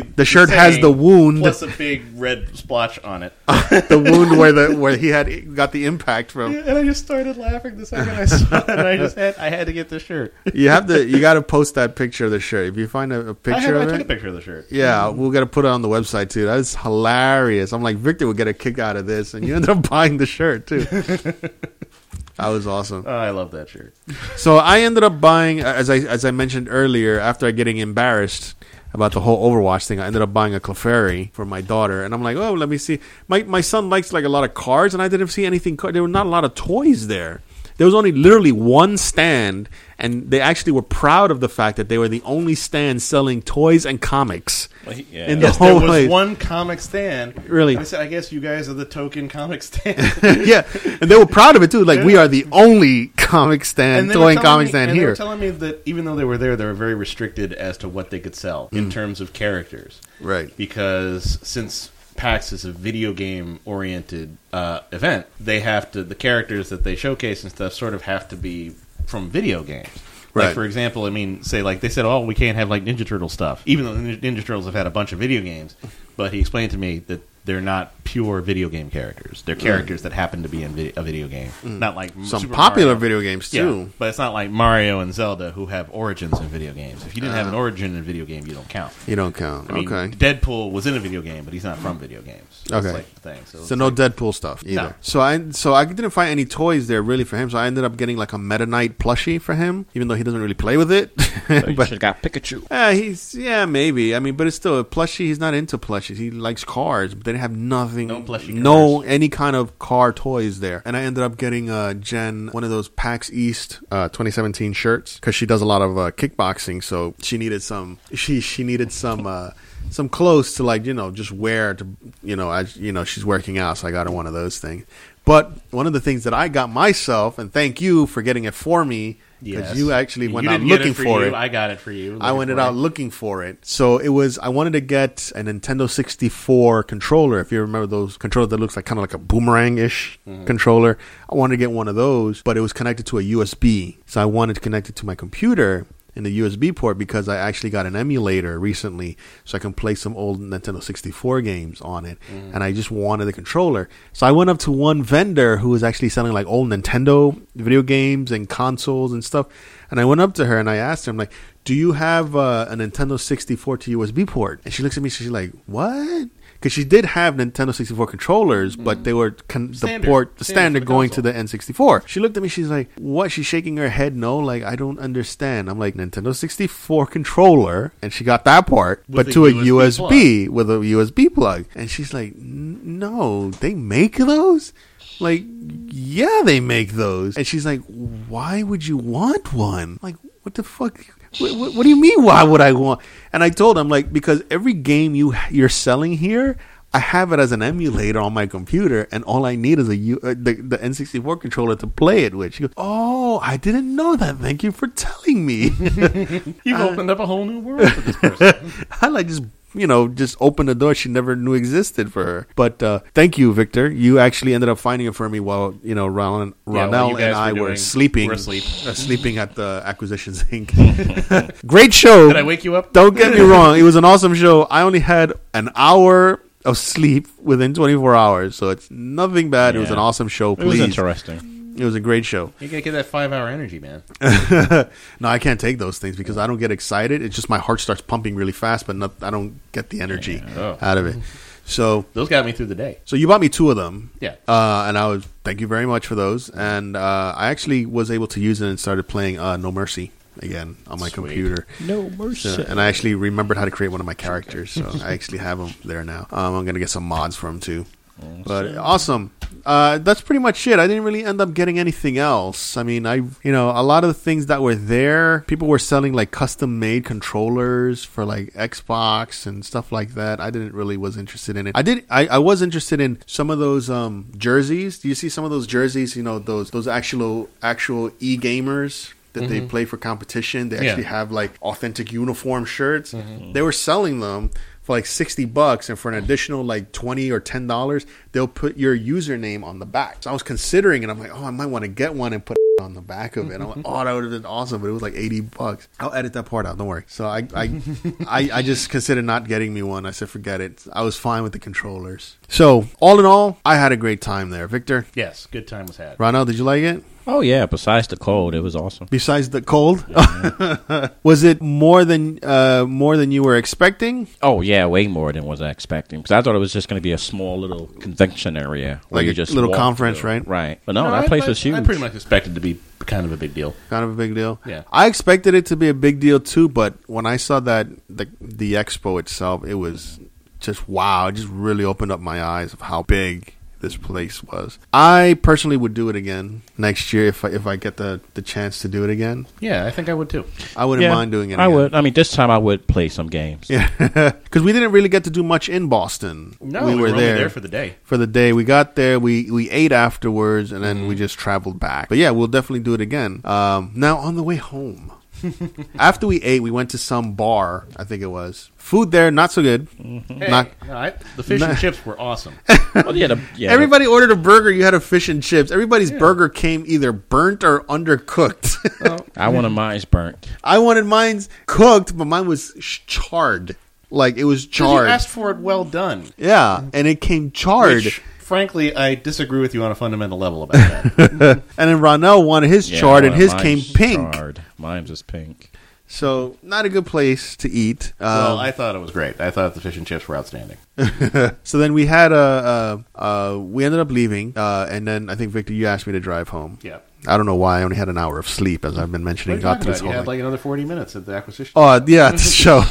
*laughs* The shirt has
saying
the wound.
plus a big red splotch on it.
*laughs* the
*laughs*
wound where the where he had got the impact from.
and I just started laughing the second I saw it. And I just had I had to get this shirt.
You have to you got to post that picture of the shirt. If you find a, a picture
I, had, I
of
took
it,
a picture of the shirt.
yeah, we'll got to put it on the website too. That's hilarious. I'm like Victor would get a kick out of this, and you end up *laughs* buying the shirt
*laughs*
too. That was awesome.
Oh, I love that shirt.
So I ended up buying, as I as I mentioned earlier, after getting embarrassed about the whole Overwatch thing, I ended up buying a Clefairy for my daughter, and I'm like, oh, let me see. My my son likes like a lot of cards, and I didn't see anything. car- There were not a lot of toys there. There was only literally one stand, and they actually were proud of the fact that they were the only stand selling toys and comics
Well, he- yeah.
in the
*laughs*
Yes, there
whole
was
place.
one comic stand.
Really?
And I said, I guess you guys are the token comic *laughs* stand.
*laughs* yeah, and they were proud of it too. Like we are the only comic stand
they were
toy and
telling
comic
me-
stand
and They
here.
were telling me that even though they were there, they were very restricted as to what they could sell in terms of characters.
Mm. Right.
Because since PAX is a video game oriented uh, event, they have to the characters that they showcase and stuff sort of have to be from video games.
Right.
Like for example, I mean, say like they said, oh, we can't have like Ninja Turtle stuff, even though the Ninja Ninja Turtles have had a bunch of video games. But he explained to me that they're not pure video game characters; they're characters that happen to be in vid- a video game, not like
Mm. Some
Super
popular
Mario.
video games
Yeah,
too.
but it's not like Mario and Zelda who have origins in video games. If you didn't have an origin in a video game, you don't count.
You don't count.
I mean,
Uh. okay.
Deadpool was in a video game, but he's not from video games. That's
Okay.
like the thing. So,
So no Deadpool stuff either.
No.
So I so I didn't find any toys there really for him. So I ended up getting like a Meta Knight plushie for him, even though he doesn't really play with it. *laughs* but
have got Pikachu.
uh, he's yeah maybe I mean, but it's still a plushie. He's not into plushies. He likes cars, but they didn't have nothing.
No plushie
No any kind of car toys there. And I ended up getting uh, Jen one of those PAX East uh, 2017 shirts because she does a lot of uh, kickboxing, so she needed some. She she needed some. Uh, some clothes to like you know just wear to you know as you know she's working out so i got her one of those things but one of the things that i got myself and thank you for getting it for me because
yes.
you actually went out
didn't get
looking for
you,
it
I got it for you.
I went
Looking
it
for
out looking for it. So it was I wanted to get a Nintendo 64 controller. If you remember those controllers that looks like kind of like a boomerang ish
Mm-hmm.
controller, I wanted to get one of those, but it was connected to a USB. So I wanted to connect it to my computer in the USB port because I actually got an emulator recently, so I can play some old Nintendo 64 games on it.
Mm-hmm.
And I just wanted the controller, so I went up to one vendor who was actually selling like old Nintendo video games and consoles and stuff. And I went up to her and I asked her, I'm like, do you have uh, a Nintendo 64 to USB port? And she looks at me, she's like, what? Because she did have Nintendo 64 controllers, but they were con- the
Mm. Standard.
port the
Standard for
standard
the
going to
console.
the N64. She looked at me, she's like, what? She's shaking her head, no, like, I don't understand. I'm like, Nintendo 64 controller. And she got that part,
With
but
a
to a
USB plug.
USB with a USB plug. And she's like, "N- no, they make those? Like, yeah, they make those. And she's like, why would you want one? Like, what the fuck? What, what, what do you mean? Why would I want? And I told him like because every game you you're selling here, I have it as an emulator on my computer, and all I need is a U, uh, the the N64 controller to play it with. She goes, "Oh, I didn't know that. Thank you for telling me." *laughs*
it. You've opened up a whole new world for this person.
*laughs* I like just you know just opened the door she never knew existed for her. But uh, thank you, Victor. You actually ended up finding it for me while you know Ron,
Yeah,
Ronell
while you guys
and I
were
were,
doing-
sleeping,
were asleep.
uh, sleeping at the Acquisitions Inc. *laughs*
*laughs*
Great show.
Did I wake you up?
Don't get me wrong. It was an awesome show. I only had an hour of sleep within 24 hours, so it's nothing bad. It was
Yeah.
an awesome show.
It was
Please,
interesting.
it was a great show.
You gotta get that five hour energy, man.
*laughs* No, I can't take those things because I don't get excited. It's just my heart starts pumping really fast, but not, I don't get the energy
Oh.
out of it. So,
Those got me through the day.
so you bought me two of them.
Yeah.
Uh, and I was thank you very much for those. And uh, I actually was able to use it and started playing uh, No Mercy again on my computer.
No mercy.
So- and I actually remembered how to create one of my characters, so I actually have them there now. Um, I'm gonna get some mods for them too. But awesome, uh, that's pretty much it. I didn't really end up getting anything else. I mean, I you know a lot of the things that were there, people were selling like custom made controllers for like Xbox and stuff like that. I didn't really was interested in it. I did. I, I was interested in some of those um, jerseys. Do you see some of those jerseys? You know those those actual actual e gamers. That they
Mhm.
play for competition, they
Yeah.
actually have like authentic uniform shirts. They were selling them for like 60 bucks and for an additional like 20 or 10 dollars they'll put your username on the back so i was considering and i'm like oh i might want to get one and put *laughs* on the back of it i'm like oh that would have been awesome but it was like 80 bucks i'll edit that part out don't worry so i i I, I just considered not getting me one i said forget it i was fine with the controllers so all in all i had a great time there victor
Yes, good time was had.
ronald did you like it
Oh yeah, besides the cold, it was awesome.
besides the cold *laughs* was it more than uh more than you were expecting
Oh yeah, way more than was I expecting because I thought it was just going to be a small little convention area, where
Like
you
a
just
little
walk
conference,
through.
right?
Right, but no,
No,
that
I-
place
I-
was huge.
I pretty much expected to be kind of a big deal.
kind of a big deal.
Yeah.
I expected it to be a big deal too, but when I saw that the the expo itself, it was just wow, it just really opened up my eyes of how big this place was. I personally would do it again next year if I, if I get the, the chance to do it again.
Yeah, I think I would too.
I wouldn't mind doing it.
I
again.
would. I mean, this time I would play some
*laughs*
games.
Yeah, because we didn't really get to do much in Boston.
No, we, were, only there. for the day.
for the day. We got there, we we ate afterwards, and then we just traveled back. But yeah, we'll definitely do it again. Um, now on the way home, after we ate, we went to some bar. I think it was food there, not so good.
Mm-hmm. Hey,
Not.
no, I- the
*laughs*
fish
Not-
and chips were awesome.
Well, yeah, the, yeah,
Everybody ordered a burger. You had a fish and chips. Everybody's burger came either burnt or undercooked. *laughs*
I wanted mine's burnt.
I wanted mine's cooked, but mine was sh- charred. Like it was
You
charred.
asked for it well done.
yeah, and it came charred.
Which, frankly, I disagree with you on a fundamental level about
*laughs* Um,
that.
and then Ronell wanted his
Yeah,
charred,
I
and
wanted
his
mine's
came pink.
charred. Mine's is pink.
So not a good place to eat. Um,
well, I thought it was great. I thought the fish and chips were outstanding.
So then we had a, a, a we ended up leaving, uh, and then I think Victor, you asked me to drive home.
Yeah.
I don't know why I only had an hour of sleep, as I've been
What are
mentioning.
you
throughout
talking about? You
whole
had
thing.
like another 40 minutes at the acquisition.
Oh
*laughs*
yeah, *laughs* the show.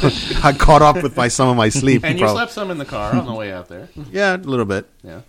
I caught up with my some of my sleep.
and you
probably.
slept some in the car on the way out
*laughs*
there.
Yeah, a little bit.
Yeah.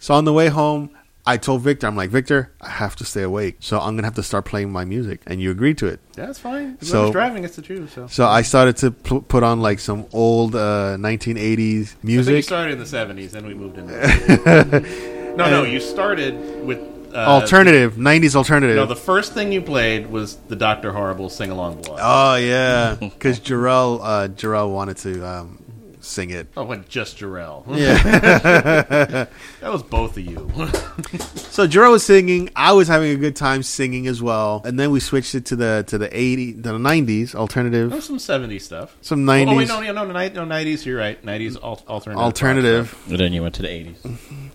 So on the way home, I told Victor, I'm like, Victor, I have to stay awake, so I'm gonna have to start playing my music, and you agreed to it.
That's fine. Whoever's
So-
driving gets to choose. So.
So I started to pl- put on like some old uh, 1980s
I think you
music.
started in the 70s, then we moved into the
*laughs*
No, no, you started with. Uh,
alternative, 90s alternative.
No, the first thing you played was the Dr. Horrible Sing Along Blog.
Oh yeah, because Jarrell uh, Jarrell wanted to um, sing it.
Oh, when just Jarrell.
Yeah.
That was both of you.
*laughs*
*laughs*
so Jarrell was singing. I was having a good time singing as well. And then we switched it to the to the eighty the nineties
There was
alternative,
some 70s stuff.
some
Oh,
nineties
wait, no, no, no, no, 90s, you're right. 90s al- alternative.
alternative.
And then you went to the eighties.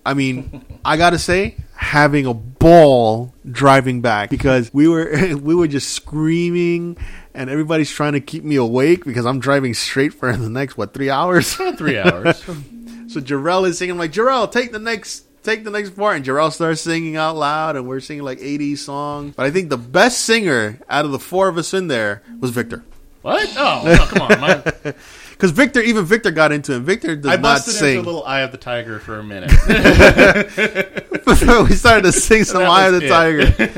I mean, I gotta say, having a ball driving back because we were *laughs* we were just screaming, and everybody's trying to keep me awake because I'm driving straight for the next what three hours. *laughs*
About three hours.
So Jarrell is singing I'm like Jarrell, take the next take the next part, and Jarrell starts singing out loud, and we're singing like 80 songs. But I think the best singer out of the four of us in there was Victor,
what? Oh, well, come on. My,
because Victor even Victor got into it. Victor does
I
not
busted into
sing.
a little Eye of the Tiger for a minute *laughs*
*laughs* we started to sing some
*laughs* That
Eye of
was
the
it.
Tiger.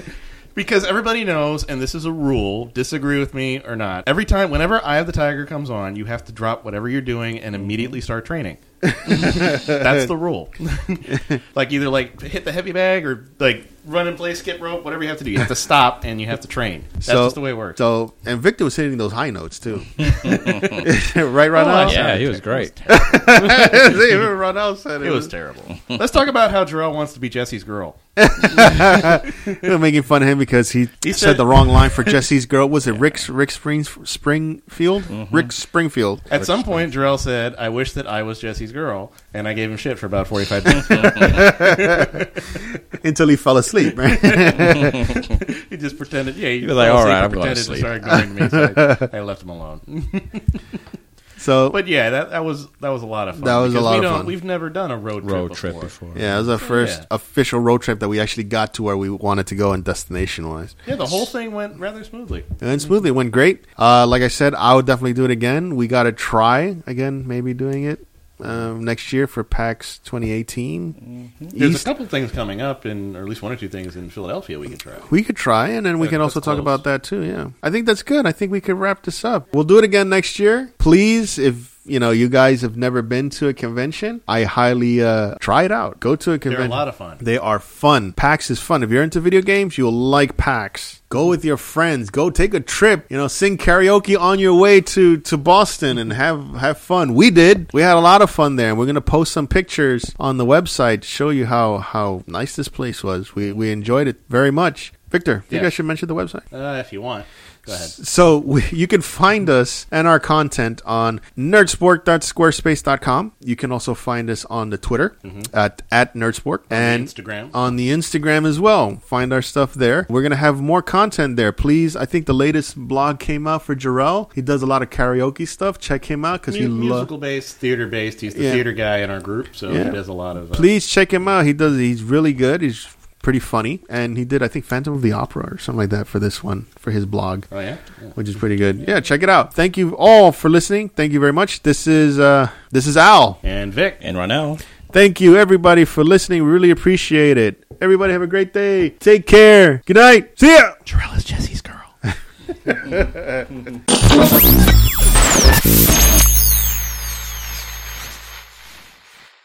because everybody knows, and this is a rule, disagree with me or not. Every time, whenever Eye of the Tiger comes on, you have to drop whatever you're doing and immediately start
*laughs*
training. That's the rule. *laughs* like either like hit the heavy bag or like run and play skip rope, whatever you have to do. You have to stop and you have to train. That's
so,
just the way it works.
So and Victor was hitting those high notes
*laughs*
too, right? Right now,
Yeah, he
*laughs*
was great.
Ronaldo said
it was terrible. Let's talk about how Jarrell wants to be Jesse's girl.
They were making fun of him because he,
He
said,
said-
the wrong line for Jesse's girl. Was it Rick's Rick Springs Springfield?
Mm-hmm.
Rick Springfield.
At some point, Jarrell said, "I wish that I was Jesse's girl," and I gave him shit for about forty-five minutes. *laughs*
until he fell asleep. Right? *laughs*
he just pretended. Yeah, he
was like,
fell
"All
asleep
right,
and pretended and started
I'm going to
ignoring me, so I, I left him alone.
so
But yeah, that, that was that was a lot of fun.
That was a
because
lot
we
of
don't-
fun.
We've never done a road trip
road
before.
trip before.
yeah, it was our first
Yeah.
official road trip that we actually got to where we wanted to go and destination wise.
Yeah, the whole thing went rather smoothly.
And smoothly, it went great. Uh, like I said, I would definitely do it again. We got to try again, maybe doing it. um, next year for PAX 2018.
Mm-hmm. There's
East-
a couple things coming up, in, or at least one or two things in Philadelphia we can try.
We could try, and then we
That-
can also
that's
talk
close.
about that too. Yeah, I think that's good. I think we could wrap this up. We'll do it again next year, please. If you know you guys have never been to a convention, I highly uh, try it out. Go to a convention.
lot of fun.
They are fun. PAX is fun. If you're into video games, you'll like PAX. Go with your friends. Go take a trip. You know, sing karaoke on your way to, to Boston and have, have fun. We did. We had a lot of fun there. And we're going to post some pictures on the website to show you how, how nice this place was. We, we enjoyed it very much. Victor, you
Yeah.
guys should mention the website.
Uh, if you want, go ahead.
So we, you can find us and our content on nerdsport.squarespace.com. You can also find us on the Twitter at, at nerdsport and
Mm-hmm. Instagram.
on the Instagram as well. Find our stuff there. We're gonna have more content there. Please, I think the latest blog came out for Jarrell. He does a lot of karaoke stuff. Check him out because he
Mu-
loves.
musical based, theater based. He's the
Yeah.
theater guy in our group, so
Yeah.
he does a lot of. Uh,
Please check him out. He does. He's really good. He's pretty funny, and he did I think Phantom of the Opera or something like that for this one for his blog.
Oh yeah. Yeah.
which is pretty good. Yeah, check it out. Thank you all for listening. Thank you very much. This is uh this is Al.
And Vic.
And right now,
Thank you everybody for listening. We really appreciate it. Everybody have a great day. Take care. Good night. See ya.
Jarrell is Jesse's girl.